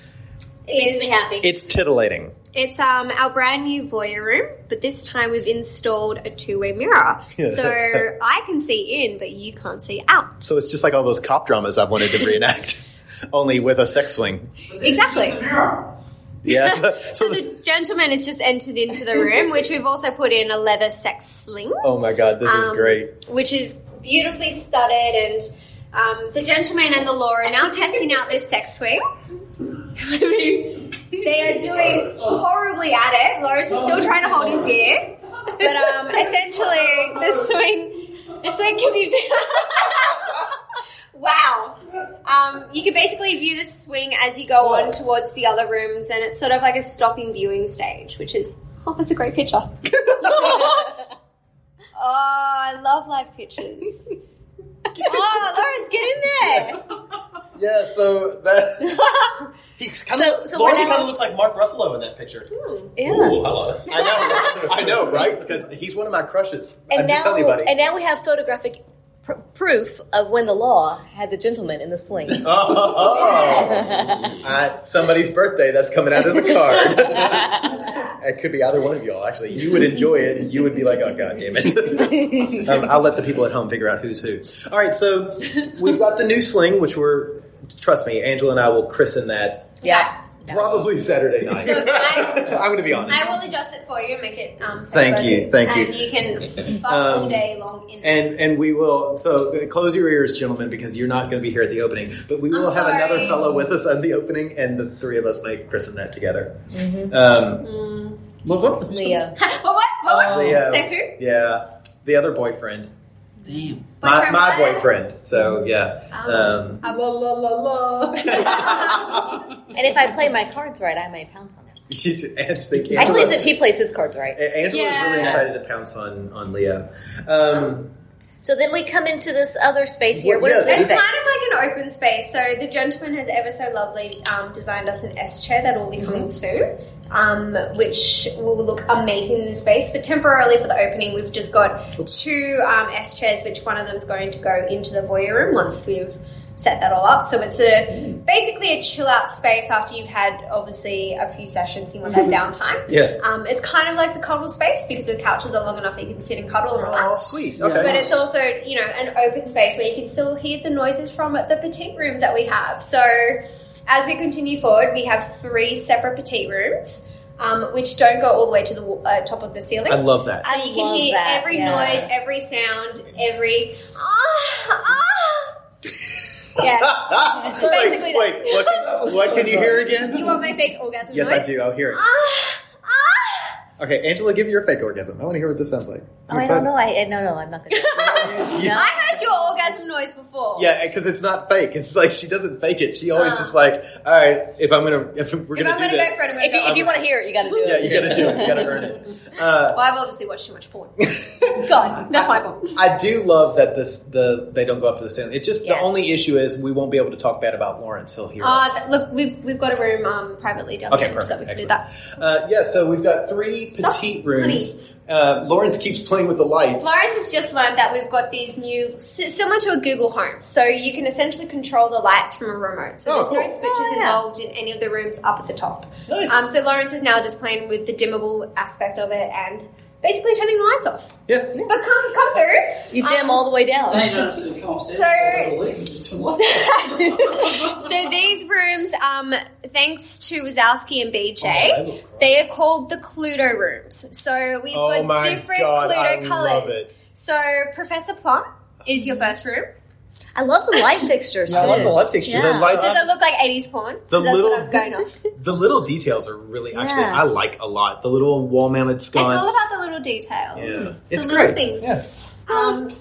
Speaker 7: It makes me happy.
Speaker 1: it's titillating.
Speaker 7: It's um, our brand new voyeur room, but this time we've installed a two-way mirror, so I can see in, but you can't see out.
Speaker 1: So it's just like all those cop dramas I've wanted to reenact, only with a sex swing.
Speaker 7: Exactly.
Speaker 1: Yeah. so- so the-
Speaker 7: The gentleman has just entered into the room, which we've also put in a leather sex sling,
Speaker 1: oh my god, this is
Speaker 7: Um,
Speaker 1: great.
Speaker 7: which is beautifully studded. And um, the gentleman and the law are now testing out this sex swing. I mean, they are doing horribly at it. Lawrence is still trying to hold his beer, but um, essentially, the swing, the swing can be. wow. Um, you can basically view the swing as you go on towards the other rooms, and it's sort of like a stopping viewing stage, which is oh, that's a great picture. Oh, I love live pictures. oh, Lawrence, get in there.
Speaker 1: Yeah, so that he's kind
Speaker 5: So-
Speaker 1: of
Speaker 5: so
Speaker 1: Lawrence
Speaker 5: what I-
Speaker 1: kind of looks like Mark Ruffalo in that picture.
Speaker 6: Ooh, hello.
Speaker 1: I know, I know, right? Because he's one of my crushes.
Speaker 5: And
Speaker 1: I'm
Speaker 5: now,
Speaker 1: just telling you, buddy.
Speaker 5: and now we have photographic pr- proof of when the law had the gentleman in the sling.
Speaker 1: oh, oh, oh. Uh, somebody's birthday that's coming out as a card. it could be either one of y'all. Actually, you would enjoy it, and you would be like, "Oh god, damn it." um, I'll let the people at home figure out who's who. All right, so we've got the new sling, which we're trust me, Angela and I will christen that
Speaker 5: yeah.
Speaker 1: probably Saturday night.
Speaker 7: Look, I,
Speaker 1: I'm going to be honest.
Speaker 7: I will adjust it for you and make it. Um, so
Speaker 1: Thank you,
Speaker 7: that-
Speaker 1: thank you.
Speaker 7: And you can fuck
Speaker 1: Um,
Speaker 7: all day long. In
Speaker 1: And and we will so uh, close your ears, gentlemen, because you're not going to be here at the opening. But we will have
Speaker 7: sorry.
Speaker 1: another fellow with us on the opening, and the three of us might christen that together.
Speaker 7: Mm-hmm.
Speaker 1: Um,
Speaker 7: Mm.
Speaker 1: well, what-
Speaker 5: Leah.
Speaker 7: what? What? What? what?
Speaker 1: Leo.
Speaker 7: so who?
Speaker 1: uh, Yeah, the other boyfriend,
Speaker 8: Damn.
Speaker 1: my,
Speaker 7: Boyfriend
Speaker 1: my
Speaker 7: what? Mm-hmm.
Speaker 1: boyfriend. So yeah, um,
Speaker 7: Um,
Speaker 8: La la la la.
Speaker 5: And if I play my cards right, I may pounce on it.
Speaker 1: you- and they can't.
Speaker 5: Actually, it's if he plays his cards right.
Speaker 1: A- Angela's really
Speaker 7: Yeah.
Speaker 1: excited to pounce on on Leo. Um,
Speaker 5: So then we come into this other space here. What
Speaker 1: Well,
Speaker 5: is
Speaker 1: yeah,
Speaker 5: this
Speaker 7: It's
Speaker 5: space?
Speaker 7: kind of like an open space. So the gentleman has ever so lovely um, designed us an S chair that will be coming soon, um, which will look amazing in the space. But temporarily for the opening, we've just got two um, S chairs, which one of them is going to go into the voyeur room once we've set that all up. So it's a basically a chill out space after you've had obviously a few sessions. You want that downtime.
Speaker 1: yeah.
Speaker 7: Um, it's kind of like the cuddle space because the couches are long enough that you can sit and cuddle and relax.
Speaker 1: Oh, sweet. Okay.
Speaker 7: But it's also, you know, an open space where you can still hear the noises from the petite rooms that we have. So as we continue forward, we have three separate petite rooms, um, which don't go all the way to the wa- uh, top of the ceiling.
Speaker 1: I love that.
Speaker 7: so you
Speaker 5: love
Speaker 7: can hear
Speaker 5: that,
Speaker 7: every
Speaker 5: yeah.
Speaker 7: noise, every sound, every ah, ah. Yeah. Basically,
Speaker 1: Ah, wait,
Speaker 7: that-
Speaker 1: what can, what can you hear again?
Speaker 7: You want my fake orgasm?
Speaker 1: Yes,
Speaker 7: noise?
Speaker 1: I do. I'll hear it.
Speaker 7: Ah,
Speaker 1: Okay, Angela, give me your fake orgasm. I want to hear what this sounds like.
Speaker 5: Oh, I don't know. I, I no, no, I'm not going to.
Speaker 7: I heard your orgasm noise before.
Speaker 1: Yeah, because it's not fake. It's like she doesn't fake it. She always
Speaker 7: Ah.
Speaker 1: just like, all right, if I'm gonna, if we're gonna
Speaker 7: If I'm
Speaker 1: do
Speaker 7: gonna
Speaker 1: this,
Speaker 7: go for it, I'm gonna
Speaker 5: If you,
Speaker 7: go.
Speaker 5: if you want to hear it, you got to do it.
Speaker 1: yeah, you gotta do it. You gotta earn it. Uh,
Speaker 7: well, I've obviously watched too much porn. God, that's my fault.
Speaker 1: I do love that this the they don't go up to the ceiling. It just the only issue is we won't be able to talk bad about Lawrence. He'll hear
Speaker 7: Uh,
Speaker 1: us.
Speaker 7: th- look, we've we've got a room um, privately down
Speaker 1: Okay,
Speaker 7: there so that we
Speaker 1: perfect.
Speaker 7: can do
Speaker 1: Excellent.
Speaker 7: that.
Speaker 1: Uh, yeah, so we've got three
Speaker 7: Stop,
Speaker 1: petite rooms. Uh, Lawrence keeps playing with the lights.
Speaker 7: Lawrence has just learned that we've got these new, si- similar to a Google Home, so you can essentially control the lights from a remote. So
Speaker 1: Oh,
Speaker 7: there's no
Speaker 1: cool.
Speaker 7: switches
Speaker 5: Oh, yeah.
Speaker 7: involved in any of the rooms up at the top.
Speaker 1: Nice.
Speaker 7: Um, so Lawrence is now just playing with the dimmable aspect of it and basically turning the lights off.
Speaker 1: Yeah.
Speaker 7: But come, come through.
Speaker 5: You dim all the way down.
Speaker 8: They don't have to come upstairs.
Speaker 7: So-
Speaker 8: I'll leave and just turn the lights off.
Speaker 7: So these rooms, um, thanks to Wazowski and BJ,
Speaker 1: Oh, I look great.
Speaker 7: they are called the Cluedo rooms. So we've
Speaker 1: Oh
Speaker 7: got
Speaker 1: my
Speaker 7: different
Speaker 1: God, I
Speaker 7: Cluedo colors.
Speaker 1: love it.
Speaker 7: So Professor Plum is your first room.
Speaker 5: I love the light fixtures.
Speaker 8: Yeah, I
Speaker 5: too.
Speaker 8: like the light fixtures.
Speaker 5: Yeah.
Speaker 1: The lights,
Speaker 7: Does it look like 80s porn?
Speaker 1: The
Speaker 7: That's
Speaker 1: little-
Speaker 7: what I was going off.
Speaker 1: the little details are really actually
Speaker 5: Yeah.
Speaker 1: I like a lot. The little wall mounted
Speaker 7: It's
Speaker 1: sconce.
Speaker 7: all about the little details.
Speaker 1: yeah,
Speaker 7: The
Speaker 1: it's
Speaker 7: little
Speaker 1: great.
Speaker 7: things.
Speaker 1: Yeah.
Speaker 7: Um,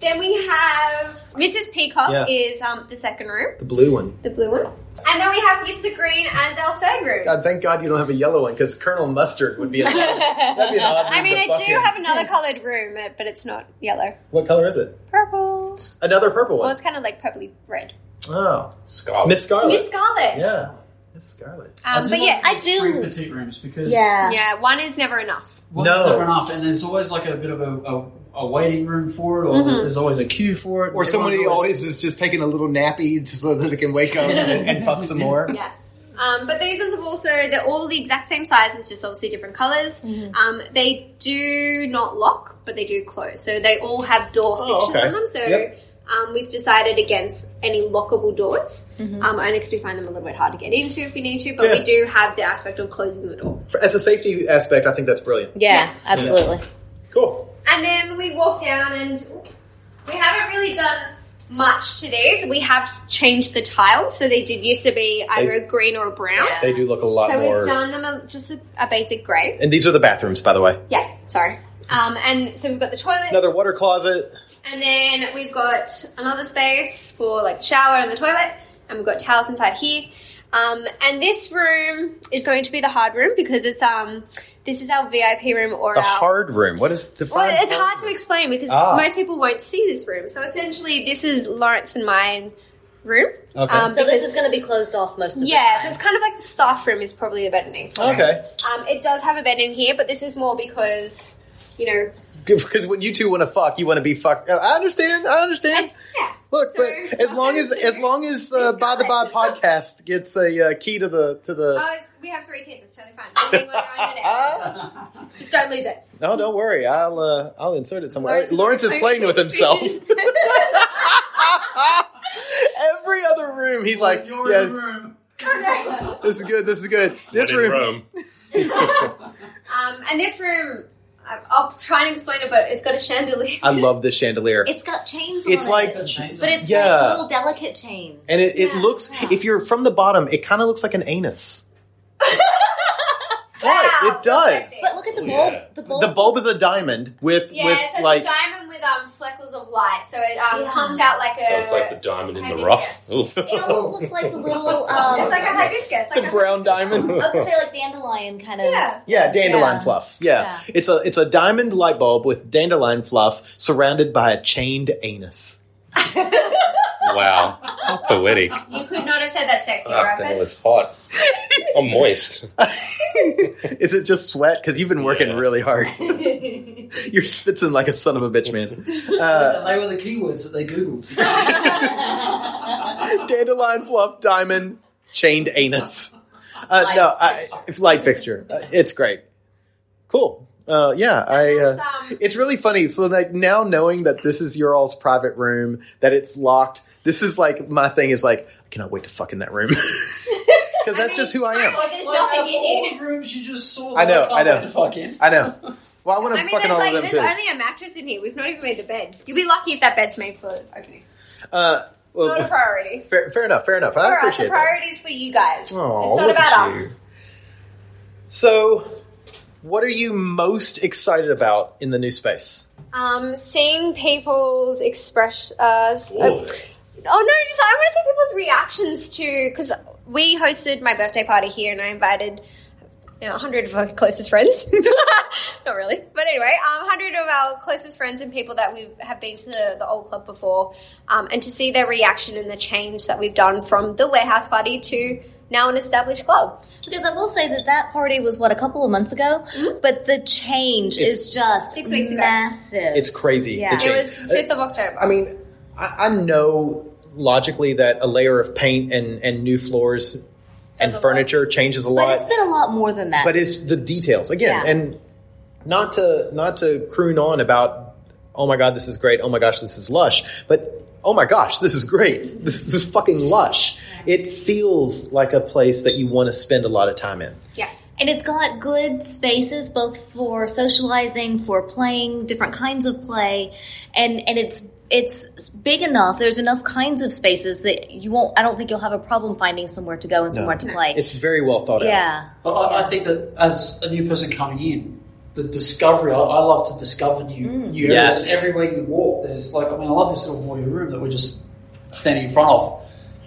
Speaker 7: then we have Mrs. Peacock
Speaker 1: Yeah.
Speaker 7: is um, the second room,
Speaker 1: The blue one.
Speaker 7: the blue one. And then we have Mr. Green as our third room.
Speaker 1: God, thank God you don't have a yellow one because Colonel Mustard would be. An odd, that'd be an odd
Speaker 7: I
Speaker 1: room
Speaker 7: mean,
Speaker 1: to
Speaker 7: I
Speaker 1: fuck
Speaker 7: do
Speaker 1: in.
Speaker 7: have another coloured room, uh, but it's not yellow.
Speaker 1: What color is it?
Speaker 7: Purple.
Speaker 1: Another purple
Speaker 7: Well,
Speaker 1: one.
Speaker 7: it's kind of like purpley red.
Speaker 1: Oh,
Speaker 6: Scarlet.
Speaker 1: Miss Scarlet.
Speaker 7: Miss Scarlet.
Speaker 1: Yeah, Miss Scarlet.
Speaker 8: I
Speaker 7: Um,
Speaker 8: do
Speaker 7: but
Speaker 8: like
Speaker 7: yeah,
Speaker 8: these
Speaker 7: I,
Speaker 8: Three petite rooms because
Speaker 5: Yeah.
Speaker 7: yeah, one is never enough.
Speaker 8: Well,
Speaker 1: No.
Speaker 8: there's never enough, and there's always like a bit of a, a, a waiting room for it, or
Speaker 5: Mm-hmm.
Speaker 8: there's always a queue for it.
Speaker 1: Or
Speaker 8: Everyone's
Speaker 1: somebody always is just taking a little nappy just so that they can wake up and, and fuck some more.
Speaker 7: Yes. Um, but these ones have also, they're all the exact same size, it's just obviously different colors. Um, they do not lock, but they do close. So they all have door
Speaker 1: Oh,
Speaker 7: fixtures
Speaker 1: okay.
Speaker 7: on them. So
Speaker 1: Yep.
Speaker 7: um, we've decided against any lockable doors, um, only because we find them a little bit hard to get into if you need to. But
Speaker 1: Yeah.
Speaker 7: we do have the aspect of closing the door.
Speaker 1: For- As a safety aspect, I think that's brilliant.
Speaker 5: Yeah,
Speaker 7: Yeah.
Speaker 5: absolutely.
Speaker 1: Cool.
Speaker 7: And then we walk down, and we haven't really done much to these. We have changed the tiles, so they did used to be either
Speaker 1: They-
Speaker 7: a green or a brown.
Speaker 5: Yeah.
Speaker 1: They do look a lot
Speaker 7: so
Speaker 1: more.
Speaker 7: we've done them a, just a, a basic grey.
Speaker 1: and these are the bathrooms, by the way.
Speaker 7: Yeah, sorry. Um, and so we've got the toilet,
Speaker 1: Another water closet.
Speaker 7: and then we've got another space for like shower and the toilet, and we've got towels inside here. Um, and this room is going to be the hard room because it's um this is our VIP room or
Speaker 1: The
Speaker 7: our
Speaker 1: hard room. What is defined?
Speaker 7: well, it's hard to explain because
Speaker 1: Ah.
Speaker 7: most people won't see this room. So essentially, this is Lawrence and mine room. Um,
Speaker 1: Okay.
Speaker 5: So this
Speaker 7: because-
Speaker 5: is going to be closed off most of the
Speaker 7: yeah, so
Speaker 5: time.
Speaker 7: it's kind of like the staff room is probably a better name. for it.
Speaker 1: Okay.
Speaker 7: Um, it does have a bed in here, but this is more because you know
Speaker 1: Because when you two want to fuck, you want to be fucked. Uh, I understand. I understand.
Speaker 7: it's, yeah.
Speaker 1: Look,
Speaker 7: So,
Speaker 1: but as long as as long as uh,
Speaker 7: It's
Speaker 1: by the by
Speaker 7: not-
Speaker 1: podcast gets a uh, key to the to the.
Speaker 7: Oh, it's, we have three kids. It's totally fine. We'll bring one around in it. Just don't lose it.
Speaker 1: no, don't worry. I'll uh, I'll insert it somewhere. Lawrence, is
Speaker 7: very
Speaker 1: playing with himself.
Speaker 7: confused.
Speaker 1: Every other room, he's like,
Speaker 8: If you're
Speaker 1: yes,
Speaker 8: in a room,
Speaker 1: this is good. This is good. This
Speaker 6: Not in
Speaker 1: room.
Speaker 6: Rome.
Speaker 7: um, and this room, I- I'll try and explain it, but it's got a chandelier.
Speaker 1: I love this chandelier.
Speaker 5: It's got chains.
Speaker 1: It's
Speaker 5: on
Speaker 1: like-
Speaker 5: it.
Speaker 8: the chains
Speaker 5: but
Speaker 8: are-
Speaker 5: it's
Speaker 1: Yeah.
Speaker 5: like little delicate chains.
Speaker 1: and it, it
Speaker 7: Yeah,
Speaker 1: looks, if you're from the bottom, it kind of looks like an anus. Right, it does.
Speaker 5: But look at
Speaker 1: Oh,
Speaker 5: the bulb.
Speaker 6: yeah.
Speaker 5: The bulb.
Speaker 1: The bulb is a diamond with
Speaker 7: Yeah,
Speaker 1: with
Speaker 7: it's a
Speaker 1: like
Speaker 7: diamond with um freckles of light, so it um,
Speaker 5: Yeah.
Speaker 7: comes out like a.
Speaker 6: So it's like the diamond in the
Speaker 7: Hibiscus.
Speaker 6: rough. Ooh.
Speaker 5: It almost looks like the little. Um,
Speaker 7: It's like a hibiscus, like
Speaker 1: the
Speaker 7: a
Speaker 1: brown
Speaker 5: I
Speaker 1: diamond.
Speaker 5: was gonna say like dandelion kind of.
Speaker 7: Yeah.
Speaker 1: Yeah, dandelion
Speaker 5: Yeah.
Speaker 1: fluff. Yeah.
Speaker 5: Yeah.
Speaker 1: it's a it's a diamond light bulb with dandelion fluff surrounded by a chained anus.
Speaker 6: Wow. How poetic.
Speaker 7: You could not have said that sexy,
Speaker 1: Ah,
Speaker 6: Fuck, that
Speaker 7: right?
Speaker 6: was hot. I'm moist.
Speaker 1: Is it just sweat? Because you've been working
Speaker 6: Yeah.
Speaker 1: really hard. You're spitzing like a son of a bitch, man. Uh,
Speaker 8: they were the keywords that they googled.
Speaker 1: dandelion fluff, diamond, chained anus. Uh, no, I, it's light fixture. Uh, it's great. Cool. Uh, yeah, I. Uh,
Speaker 7: Um,
Speaker 1: It's really funny. So like now knowing that this is your all's private room, that it's locked. This is like my thing is like I cannot wait to fuck in that room because that's just who I am.
Speaker 7: Well, there's nothing in here.
Speaker 8: All the rooms you just saw.
Speaker 1: I know,
Speaker 8: that
Speaker 1: I know.
Speaker 8: can't wait to Fuck in.
Speaker 1: I know. Well, I want
Speaker 7: I
Speaker 1: to
Speaker 7: mean,
Speaker 1: fuck in
Speaker 7: there's,
Speaker 1: all
Speaker 7: like,
Speaker 1: of them
Speaker 7: there's
Speaker 1: too.
Speaker 7: only a mattress in here. We've not even made the bed. You'll be lucky if that bed's made for opening.
Speaker 1: uh,
Speaker 7: It's not a priority.
Speaker 1: Fair, fair enough. Fair enough. I
Speaker 7: for us, the
Speaker 1: appreciate that.
Speaker 7: priority is for you
Speaker 1: Aw,
Speaker 7: guys. it's not
Speaker 1: look
Speaker 7: about
Speaker 1: at
Speaker 7: us.
Speaker 1: you. So, what are you most excited about in the new space?
Speaker 7: Um, seeing people's express. Uh, s-
Speaker 1: Ooh.
Speaker 7: oh, no, just I want to see people's reactions to because we hosted my birthday party here, and I invited you know, 100 of our closest friends. Not really, but anyway, um, 100 of our closest friends and people that we have been to the, the old club before, um, and to see their reaction and the change that we've done from the warehouse party to now an established club.
Speaker 5: Because I will say that that party was what a couple of months ago, but the change is just Mm-hmm. six weeks massive.
Speaker 1: It's crazy. the
Speaker 5: Yeah.
Speaker 1: change.
Speaker 7: fifth of October.
Speaker 1: I mean, I, I know logically that a layer of paint and, and new floors and furniture changes a lot.
Speaker 5: but it's been a lot more than that.
Speaker 1: but it's the details again
Speaker 5: Yeah.
Speaker 1: and not to not to croon on about oh my god this is great oh my gosh this is lush but oh my gosh this is great this is fucking lush it feels like a place that you want to spend a lot of time in
Speaker 7: Yes.
Speaker 5: And it's got good spaces both for socializing, for playing, different kinds of play, and and it's it's big enough. There's enough kinds of spaces that you won't I don't think you'll have a problem finding somewhere to go and somewhere to play.
Speaker 1: it's very well thought out
Speaker 5: yeah.
Speaker 8: But I, I think that as a new person coming in, the discovery, I, I love to discover new, new areas.
Speaker 1: Yes.
Speaker 8: And everywhere you walk, there's like, I mean, I love this little void room that we're just standing in front of.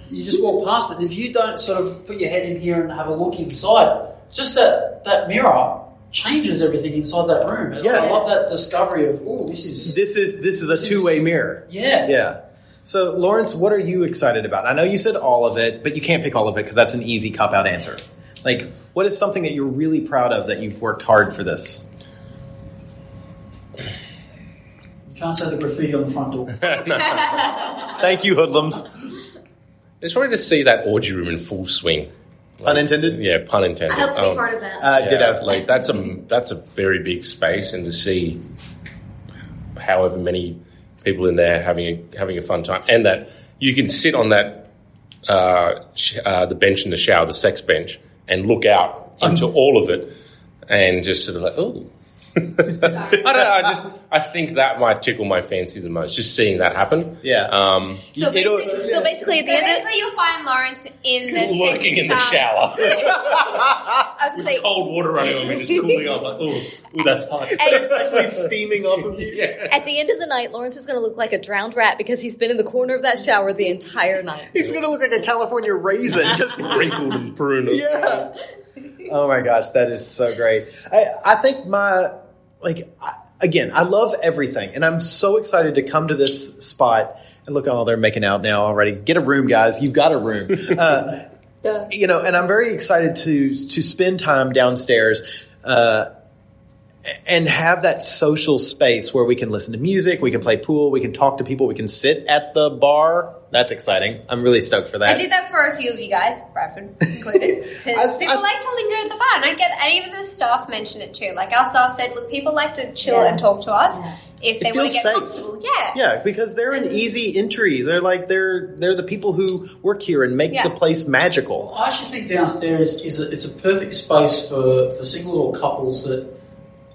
Speaker 8: You just walk past it, and if you don't sort of put your head in here and have a look inside, just that, that mirror changes everything inside that room. And
Speaker 1: Yeah.
Speaker 8: I love that discovery of, oh, this is.
Speaker 1: this is this is a two-way mirror
Speaker 8: Yeah.
Speaker 1: yeah so lawrence what are you excited about i know you said all of it but you can't pick all of it because that's an easy cop out answer like what is something that you're really proud of that you've worked hard for this
Speaker 8: You can't say the graffiti on the front door.
Speaker 1: thank you hoodlums
Speaker 6: It's probably to see that orgy room in full swing. Like,
Speaker 1: Unintended?
Speaker 6: Yeah, pun intended. Um,
Speaker 5: I hope
Speaker 1: Um,
Speaker 5: to be part of that. Uh,
Speaker 1: ditto.
Speaker 6: Like that's a that's a very big space, and to see however many people in there having a, having a fun time, and that you can sit on that uh, sh- uh, the bench in the shower, the sex bench, and look out into all of it, and just sort of like, oh. I don't know. I just I think that might tickle my fancy the most. Just seeing that happen.
Speaker 1: Yeah.
Speaker 6: Um,
Speaker 5: So basically, so basically at the
Speaker 7: So
Speaker 5: end of
Speaker 7: basically you'll find Lawrence in the
Speaker 6: Lurking
Speaker 7: six,
Speaker 6: in the
Speaker 7: um,
Speaker 6: shower.
Speaker 7: I was gonna
Speaker 6: with
Speaker 7: say,
Speaker 6: cold water running on me, just cooling off. Like, ooh, ooh, that's hot.
Speaker 1: it's actually steaming off of you.
Speaker 5: at the end of the night, Lawrence is going to look like a drowned rat because he's been in the corner of that shower the entire night.
Speaker 1: He's gonna look like a California raisin. Just-
Speaker 6: Wrinkled and pruned.
Speaker 1: yeah. Oh my gosh, that is so great. I, I think my like I, again, I love everything, and I'm so excited to come to this spot and look. Oh, they're making out now already. Get a room, guys. You've got a room. Uh, you know, and I'm very excited to to spend time downstairs. Uh, and have that social space where we can listen to music, we can play pool, we can talk to people, we can sit at the bar. That's exciting. I'm really stoked for that.
Speaker 7: I did that for a few of you guys, Bradford included,
Speaker 1: I-
Speaker 7: because people
Speaker 1: I-
Speaker 7: like to linger at the bar, and I get any of the staff mentioned it too. Like our staff said, look, people like to chill
Speaker 5: Yeah.
Speaker 7: and talk to us if
Speaker 1: It
Speaker 7: they want
Speaker 1: feels
Speaker 7: to get
Speaker 1: safe.
Speaker 7: comfortable. Yeah,
Speaker 1: Yeah, because they're an easy entry. They're like they're they're the people who work here and make
Speaker 7: Yeah.
Speaker 1: the place magical.
Speaker 8: I actually think downstairs is a, it's a perfect space for, for singles or couples that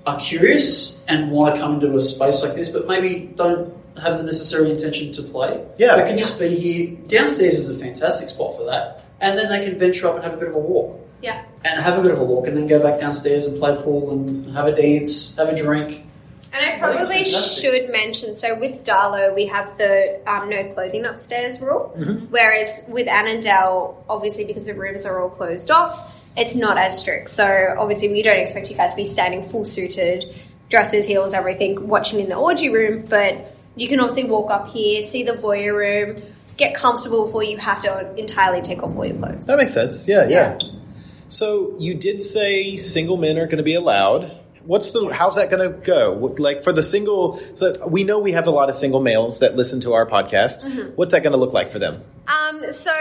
Speaker 8: are curious and want to come into a space like this, but maybe don't have the necessary intention to play.
Speaker 1: Yeah.
Speaker 8: They can just be here. Downstairs is a fantastic spot for that. And then they can venture up and have a bit of a walk.
Speaker 7: yeah.
Speaker 8: And have a bit of a walk, and then go back downstairs and play pool and have a dance, have a drink.
Speaker 7: And I
Speaker 8: Well, that's
Speaker 7: probably
Speaker 8: fantastic.
Speaker 7: should mention so with Darlow, we have the um, no clothing upstairs rule, whereas with Annandale, obviously because the rooms are all closed off, it's not as strict. So obviously, we don't expect you guys to be standing full suited, dresses, heels, everything, watching in the orgy room, but you can obviously walk up here, see the voyeur room, get comfortable before you have to entirely take off all your clothes.
Speaker 1: That makes sense. Yeah, yeah. So you did say single men are going to be allowed. What's the how's that going to go? What- Like for the single, so we know we have a lot of single males that listen to our podcast.
Speaker 7: Mm-hmm.
Speaker 1: What's that going to look like for them?
Speaker 7: Um, so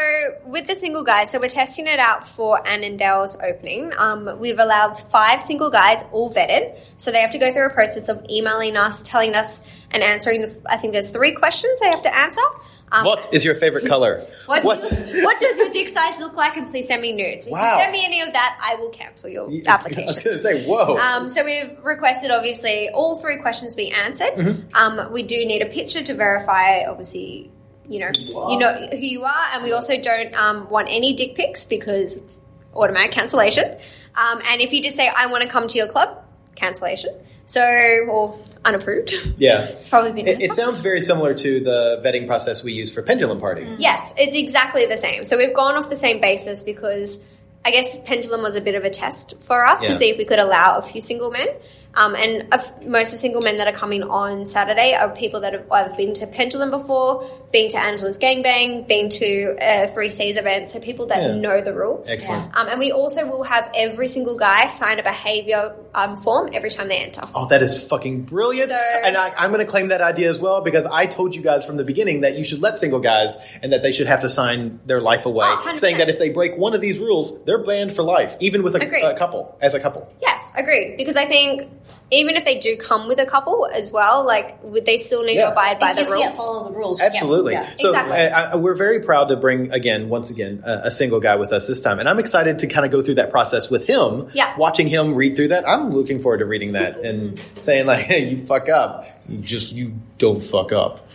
Speaker 7: with the single guys, so we're testing it out for Annandale's opening. Um, we've allowed five single guys, all vetted. So they have to go through a process of emailing us, telling us, and answering. The, I think there's three questions they have to answer. Um,
Speaker 1: What is your favorite color?
Speaker 7: What, Your, what does your dick size look like? And please send me nudes. If
Speaker 1: Wow.
Speaker 7: you send me any of that, I will cancel your application.
Speaker 1: I was going to say, whoa.
Speaker 7: Um, so we've requested, obviously, all three questions be answered. Um, we do need a picture to verify, obviously, you know you know who you are, and we also don't um, want any dick pics because automatic cancellation. Um, and if you just say I want to come to your club, cancellation. So or unapproved.
Speaker 1: Yeah.
Speaker 7: It's probably been
Speaker 1: It, it sounds very similar to the vetting process we use for Pendulum
Speaker 7: Mm-hmm.
Speaker 1: Party.
Speaker 3: Mm.
Speaker 7: Yes, it's exactly the same. So we've gone off the same basis because I guess Pendulum was a bit of a test for us to
Speaker 1: Yeah.
Speaker 7: see if we could allow a few single men. Um, and a f- most of the single men that are coming on Saturday are people that have either been to Pendulum before, been to Angela's Gangbang, been to a Three Seas event, so people that
Speaker 3: Yeah.
Speaker 7: know the rules.
Speaker 3: Excellent.
Speaker 7: Um, and we also will have every single guy sign a behaviour um, form every time they enter.
Speaker 1: Oh, that is fucking brilliant.
Speaker 7: So-
Speaker 1: and I, I'm going to claim that idea as well because I told you guys from the beginning that you should let single guys and that they should have to sign their life away,
Speaker 7: Oh, 100%.
Speaker 1: saying that if they break one of these rules, they're banned for life, even with
Speaker 7: Agreed.
Speaker 1: a, a couple, as a couple.
Speaker 7: Yes, agreed. Because I think even if they do come with a couple as well, like would they still need
Speaker 1: Yeah.
Speaker 7: to abide by
Speaker 5: If
Speaker 7: the
Speaker 5: you
Speaker 7: rules?
Speaker 5: can't follow the rules. you can't-
Speaker 1: Absolutely.
Speaker 5: yeah.
Speaker 1: So
Speaker 7: Exactly.
Speaker 1: uh, I, we're very proud to bring again, once again, a, a single guy with us this time, and I'm excited to kind of go through that process with him.
Speaker 7: Yeah.
Speaker 1: Watching him read through that, I'm looking forward to reading that and saying like, "Hey, you fuck up. You Just you don't fuck up."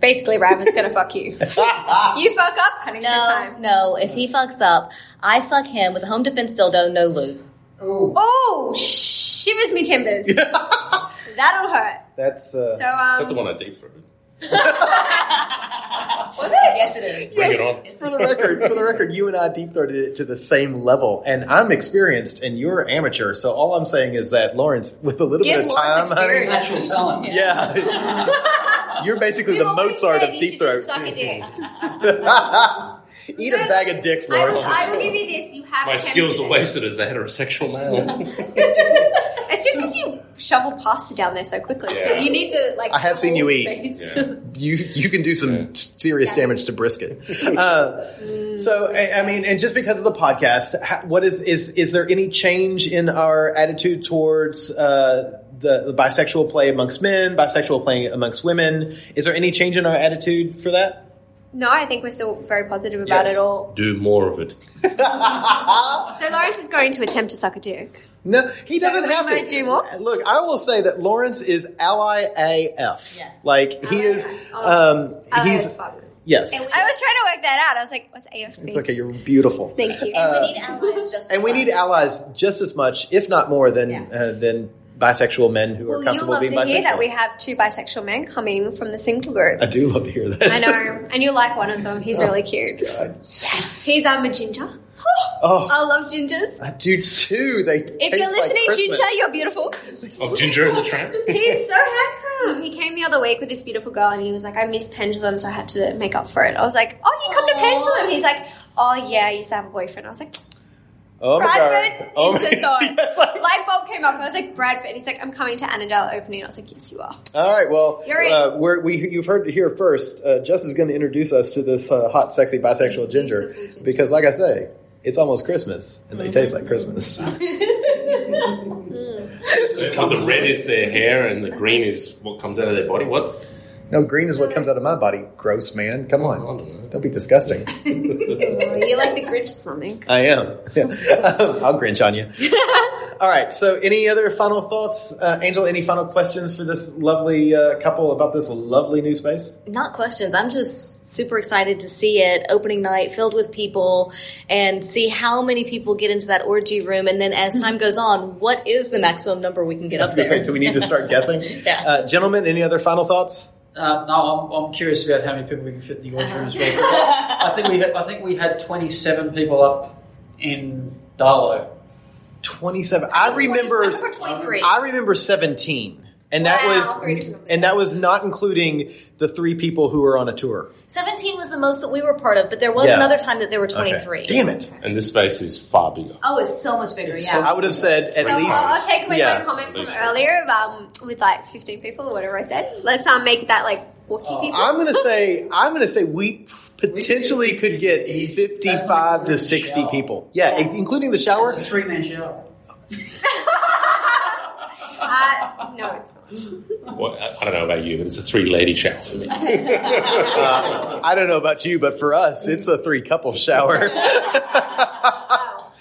Speaker 7: Basically, Raven's gonna fuck you. you fuck up, honey.
Speaker 5: No, no. If he fucks up, I fuck him with a home defense dildo, no lube.
Speaker 7: Oh, shivers me timbers. That'll hurt.
Speaker 1: That's uh,
Speaker 7: So, um,
Speaker 6: Is that the one I deep throated?
Speaker 7: Was it? Yes, it is.
Speaker 6: Bring it on.
Speaker 1: for the record, for the record, you and I deep throated it to the same level, and I'm experienced and you're amateur. So all I'm saying is that Lawrence, with a little
Speaker 8: Give
Speaker 1: bit of time,
Speaker 8: Lawrence
Speaker 1: honey,
Speaker 8: experience. Natural talent.
Speaker 1: Yeah, you're basically the Mozart of deep throat.
Speaker 7: Suck a dick.
Speaker 1: Eat a bag of dicks,
Speaker 7: I will,
Speaker 1: Lawrence.
Speaker 7: I will give you this. You have
Speaker 6: My
Speaker 7: attempted
Speaker 6: skills are
Speaker 7: it.
Speaker 6: wasted as a heterosexual male.
Speaker 7: It's just because you shovel pasta down there so quickly. So
Speaker 6: Yeah.
Speaker 7: you need the like.
Speaker 1: I have seen you
Speaker 7: whole
Speaker 1: eat.
Speaker 7: space.
Speaker 1: you you can do some serious damage to brisket. Uh, so I, I mean, and just because of the podcast, ha- what is is is there any change in our attitude towards uh, the, the bisexual play amongst men, bisexual play amongst women? Is there any change in our attitude for that?
Speaker 7: No, I think we're still very positive about
Speaker 6: Yes.
Speaker 7: it all.
Speaker 6: Do more of it.
Speaker 7: So Lawrence is going to attempt to suck a dick.
Speaker 1: No, he doesn't
Speaker 7: we
Speaker 1: have to
Speaker 7: might do more?
Speaker 1: Look, I will say that Lawrence is ally AF.
Speaker 7: Yes.
Speaker 1: like he is. Um, he's yes.
Speaker 7: I was trying to work that out. I was like, what's AFB?
Speaker 1: It's okay. You're beautiful.
Speaker 7: Thank you.
Speaker 1: Uh,
Speaker 5: need allies just.
Speaker 1: and we need allies just as much, if not more, than uh, than bisexual men who are
Speaker 7: Well, you'll
Speaker 1: comfortable
Speaker 7: love to
Speaker 1: being
Speaker 7: hear
Speaker 1: bisexual.
Speaker 7: that we have two bisexual men coming from the single group.
Speaker 1: I do love to hear that.
Speaker 7: I know, and you like one of them. He's really cute. He's um, a ginger.
Speaker 1: Oh.
Speaker 7: I love gingers.
Speaker 1: I do too. They
Speaker 7: If you're listening, ginger, you're beautiful.
Speaker 6: Of Ginger and the Tramp?
Speaker 7: He's so handsome. He came the other week with this beautiful girl, and he was like, "I miss Pendulum, so I had to make up for it." I was like, "Oh, you come to Pendulum?" He's like, "Oh yeah, I used to have a boyfriend." I was like,
Speaker 1: Oh my
Speaker 7: Bradford,
Speaker 1: god! Oh my-
Speaker 7: instant thought. Light bulb came up. I was like, Bradford. And he's like, I'm coming to Annandale opening. I was like, Yes, you are.
Speaker 1: All right. Well,
Speaker 7: You're in.
Speaker 1: uh, we're, we you've heard it here first. Uh, Jess is going to introduce us to this uh, hot, sexy bisexual ginger because, like I say, it's almost Christmas and they
Speaker 7: Mm-hmm.
Speaker 1: taste like Christmas.
Speaker 6: the red is their hair and the green is what comes out of their body. What?
Speaker 1: no, green is what comes out of my body. Gross, man. Come on, don't be disgusting. Oh,
Speaker 7: you like the Grinch or something.
Speaker 1: I am. Yeah. I'll Grinch on you. All right. So, any other final thoughts, uh, Angel? Any final questions for this lovely uh, couple about this lovely new space?
Speaker 5: Not questions. I'm just super excited to see it opening night filled with people and see how many people get into that orgy room. And then as time goes on, what is the maximum number we can get
Speaker 1: I was
Speaker 5: up
Speaker 1: gonna
Speaker 5: there?
Speaker 1: say, do we need to start guessing?
Speaker 5: Yeah.
Speaker 1: Uh, gentlemen, any other final thoughts?
Speaker 8: Uh, no, I'm, I'm curious about how many people we can fit in the auditorium as well. 'cause I I think we had, I think we had 27 people up in Darlow.
Speaker 1: 27. I remember. I remember 17. And that
Speaker 5: Wow.
Speaker 1: was and that was not including the three people who were on a tour.
Speaker 5: 17 was the most that we were part of, but there was
Speaker 1: Yeah.
Speaker 5: another time that there were 23.
Speaker 1: Okay. Damn it.
Speaker 6: And this space is far bigger.
Speaker 5: Oh, it's so much bigger. yeah.
Speaker 1: I would have said at
Speaker 7: So uh,
Speaker 1: least
Speaker 7: I'll, I'll take away
Speaker 1: yeah.
Speaker 7: my comment from earlier um, with like 15 people or whatever I said. Let's um, make that like 40 people.
Speaker 1: Oh, I'm gonna say I'm gonna say we potentially could get 55 to 60 people. Yeah, i- including the shower.
Speaker 8: It's a three man show.
Speaker 7: uh, no, it's not.
Speaker 6: Well, I I don't know about you, but it's a three lady shower for me.
Speaker 1: Uh, I don't know about you, but for us, it's a three couple shower.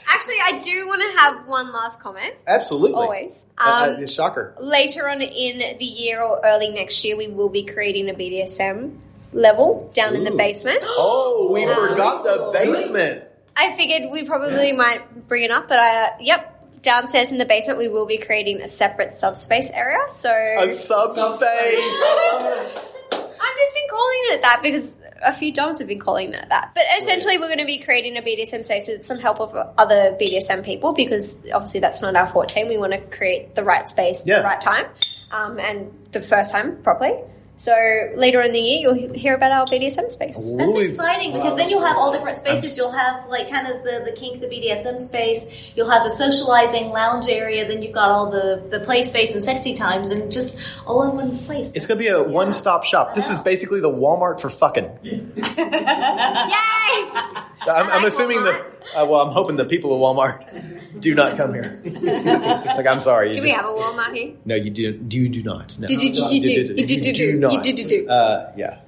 Speaker 7: Actually, I do want to have one last comment.
Speaker 1: Absolutely.
Speaker 7: Always.
Speaker 1: Uh,
Speaker 7: Um,
Speaker 1: uh, shocker.
Speaker 7: Later on in the year or early next year, we will be creating a BDSM level down in the basement.
Speaker 1: Oh, we forgot the basement.
Speaker 7: I figured we probably might bring it up, but I, yep, downstairs in the basement, we will be creating a separate subspace area. So
Speaker 1: A subspace.
Speaker 7: I've just been calling it that because a few doms have been calling it that. But essentially, we're going to be creating a BDSM space with some help of other BDSM people because obviously that's not our forte. We want to create the right space,
Speaker 1: Yeah.
Speaker 7: the right time, um, and the first time properly. So later in the year, you'll hear about our BDSM space.
Speaker 1: That's Ooh.
Speaker 5: exciting because then you'll have all different spaces. You'll have like kind of the, the kink, the BDSM space. You'll have the socializing lounge area. Then you've got all the, the play space and sexy times and just all in one place.
Speaker 1: It's gonna be a one-stop shop. This is basically the Walmart for fucking.
Speaker 7: Yay!
Speaker 1: I'm, I'm assuming that. Uh, well, I'm hoping the people of Walmart do not come here. like, I'm sorry. You
Speaker 7: Do
Speaker 1: just,
Speaker 7: we have a Walmart here?
Speaker 1: No, you do. Do you do not? No.
Speaker 7: Did you- did you do- you did- did-
Speaker 1: do
Speaker 7: do-
Speaker 1: not.
Speaker 7: you did- did- do.
Speaker 1: Uh, yeah.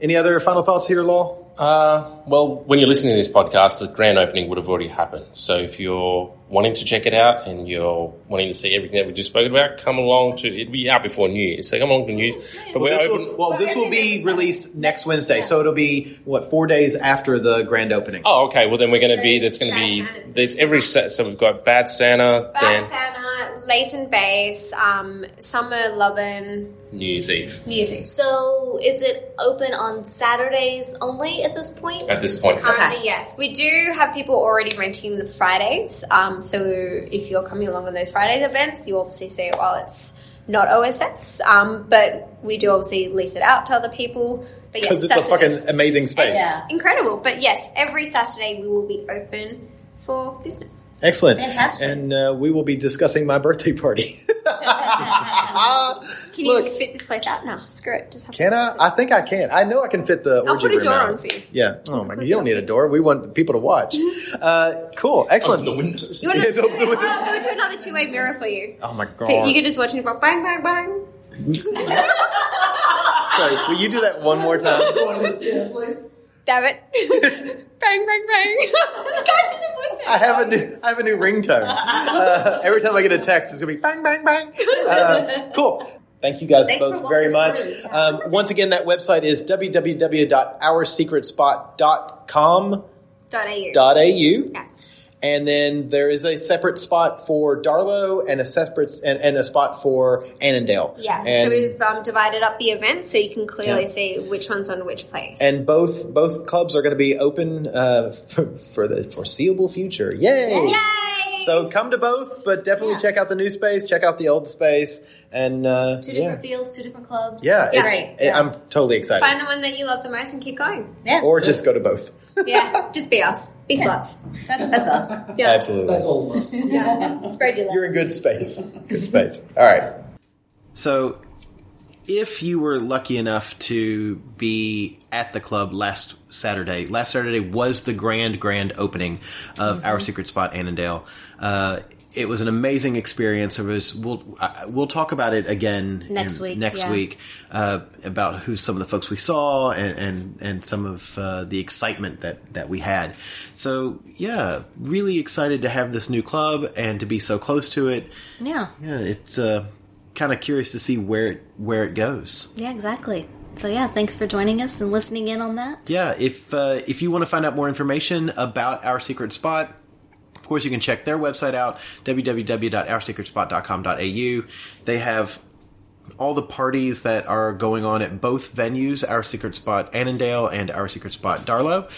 Speaker 1: Any other final thoughts here, Law?
Speaker 6: Uh, well, when you're listening to this podcast, the grand opening would have already happened. So if you're wanting to check it out and you're wanting to see everything that we just spoke about, come along to it'll be out before New Year's. So come along to New Year's. But we're
Speaker 1: this
Speaker 6: open.
Speaker 1: will, well, this will be released next Wednesday, so it'll be what four days after the grand opening.
Speaker 6: Oh, okay. Well, then we're going to be. That's going to be. There's every set. So we've got Bad Santa,
Speaker 7: Bad
Speaker 6: then
Speaker 7: Santa, Lace and Base, um, Summer Lovin',
Speaker 6: New Year's Eve.
Speaker 7: New Year's Eve.
Speaker 5: So is it open on Saturdays only at this point?
Speaker 6: At this point,
Speaker 7: Currently,
Speaker 6: yes.
Speaker 7: yes. We do have people already renting the Fridays. Um, so if you're coming along on those Fridays events, you obviously see it while it's not OSS. Um, but we do obviously lease it out to other people. But yes,
Speaker 1: Because it's a
Speaker 7: Saturdays-
Speaker 1: fucking amazing space.
Speaker 7: It's incredible. But yes, every Saturday we will be open for business.
Speaker 1: Excellent.
Speaker 7: Fantastic.
Speaker 1: And uh, we will be discussing my birthday party.
Speaker 7: Can you
Speaker 1: Look.
Speaker 7: fit this place out? No, screw it. Just have
Speaker 1: Can I? I think I can. I know I can fit the.
Speaker 7: I'll
Speaker 1: orgy
Speaker 7: put a
Speaker 1: room
Speaker 7: door
Speaker 1: out.
Speaker 7: on for you. Mm-hmm.
Speaker 1: Yeah. Oh my god! You don't need a door. We want people to watch. Uh, cool. Excellent. the
Speaker 6: windows.
Speaker 7: You want to
Speaker 1: open the windows.
Speaker 7: I'll do another two way mirror for you.
Speaker 1: Oh my god!
Speaker 7: You can just watch it go bang, bang, bang.
Speaker 1: Sorry, will you do that one more time?
Speaker 7: Damn it. bang, bang, bang. Can't do the voice.
Speaker 1: I have a new, I have a new ringtone. Uh, every time I get a text, it's gonna be bang, bang, bang. Uh, cool. Thank you guys
Speaker 7: Thanks for
Speaker 1: both very much. Um, once again, that website is www.oursecretspot.com.au.
Speaker 7: Dot AU. Yes.
Speaker 1: And then there is a separate spot for Darlow and a separate and, and a spot for Annandale.
Speaker 7: Yeah.
Speaker 1: And
Speaker 7: so we've um, divided up the event so you can clearly
Speaker 1: Yeah.
Speaker 7: see which one's on which place.
Speaker 1: and both both clubs are going to be open uh, for, for the foreseeable future. Yay!
Speaker 7: Yay!
Speaker 1: So come to both, but definitely check out the new space, check out the old space, and uh,
Speaker 5: Two
Speaker 1: yeah,
Speaker 5: different fields, two different clubs.
Speaker 1: yeah,
Speaker 7: Yeah.
Speaker 1: it's-
Speaker 7: Right.
Speaker 1: it- I'm totally excited.
Speaker 7: Find the one that you love the most and keep going.
Speaker 1: Or just go to both.
Speaker 7: Yeah. just be us. Be sluts.
Speaker 5: that's us.
Speaker 7: Yeah.
Speaker 1: Absolutely,
Speaker 8: That's all of us.
Speaker 7: Yeah. Spread your love.
Speaker 1: you're in good space. Good space. All right.
Speaker 11: So, if you were lucky enough to be at the club last Saturday, last Saturday was the grand, grand opening of
Speaker 9: Mm-hmm.
Speaker 11: Our Secret Spot Annandale. Uh, it was an amazing experience. It was. We'll I- we'll talk about it again
Speaker 9: Next
Speaker 11: in-
Speaker 9: week,
Speaker 11: Next
Speaker 9: yeah.
Speaker 11: week uh, about who some of the folks we saw and and, and some of uh, the excitement that that we had. So yeah, really excited to have this new club and to be so close to it.
Speaker 10: Yeah.
Speaker 11: Yeah, it's uh, kind of curious to see where it, where it goes.
Speaker 9: Yeah, exactly. So yeah, thanks for joining us and listening in on that.
Speaker 11: Yeah, if uh, if you want to find out more information about our secret spot, of course you can check their website out www.oursecretspot.com.au. They have all the parties that are going on at both venues, Our Secret Spot Annandale and Our Secret Spot Darlow.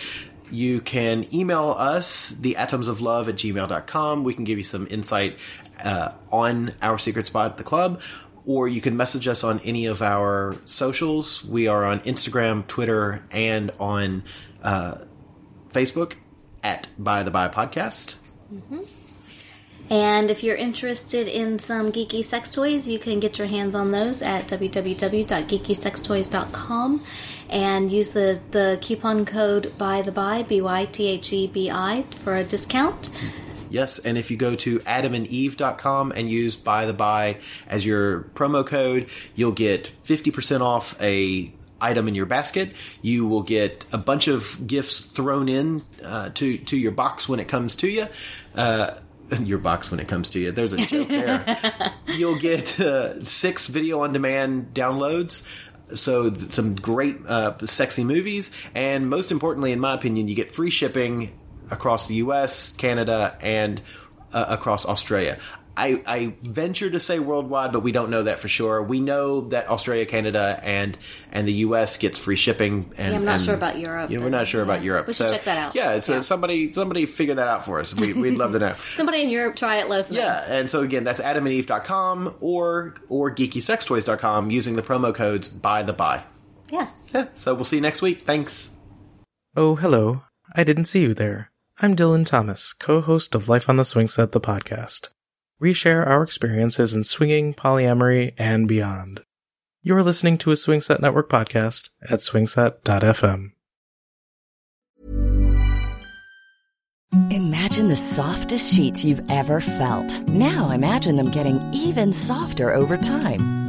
Speaker 11: You can email us, theatomsoflove at gmail.com. We can give you some insight uh, on Our Secret Spot, the club, or you can message us on any of our socials. We are on Instagram, Twitter, and on uh, Facebook at By the By Podcast.
Speaker 9: And if you're interested in some geeky sex toys, you can get your hands on those at www.geekysextoys.com and use the, the coupon code by the by b y t h e b i for a discount.
Speaker 11: Yes, and if you go to adamandeve.com and use by the by as your promo code, you'll get 50% off a item in your basket. You will get a bunch of gifts thrown in uh, to to your box when it comes to you. Uh, your box when it comes to you. There's a joke there. You'll get uh, six video on demand downloads.
Speaker 1: So th- some great uh, sexy movies, and most importantly, in my opinion, you get free shipping across the U.S., Canada, and uh, across Australia. I, I venture to say worldwide, but we don't know that for sure. We know that Australia, Canada, and and the U.S. gets free shipping. And,
Speaker 5: Yeah, I'm not
Speaker 1: and-
Speaker 5: sure about Europe,
Speaker 1: Yeah, we're not sure about Europe.
Speaker 5: We should
Speaker 1: so,
Speaker 5: check that out.
Speaker 1: Yeah, so somebody somebody figure that out for us. We, we'd love to know.
Speaker 5: Somebody in Europe, try it. Let us know.
Speaker 1: Yeah, and so again, that's adamandeve.com or or geekysextoys.com using the promo codes by the by.
Speaker 5: Yes.
Speaker 1: So we'll see you next week. Thanks.
Speaker 3: Oh, hello. I didn't see you there. I'm Dylan Thomas, co host of Life on the Swing Set, the podcast. We share our experiences in swinging, polyamory, and beyond. You're listening to a Swing Set Network podcast at swingset.fm.
Speaker 12: Imagine the softest sheets you've ever felt. Now imagine them getting even softer over time.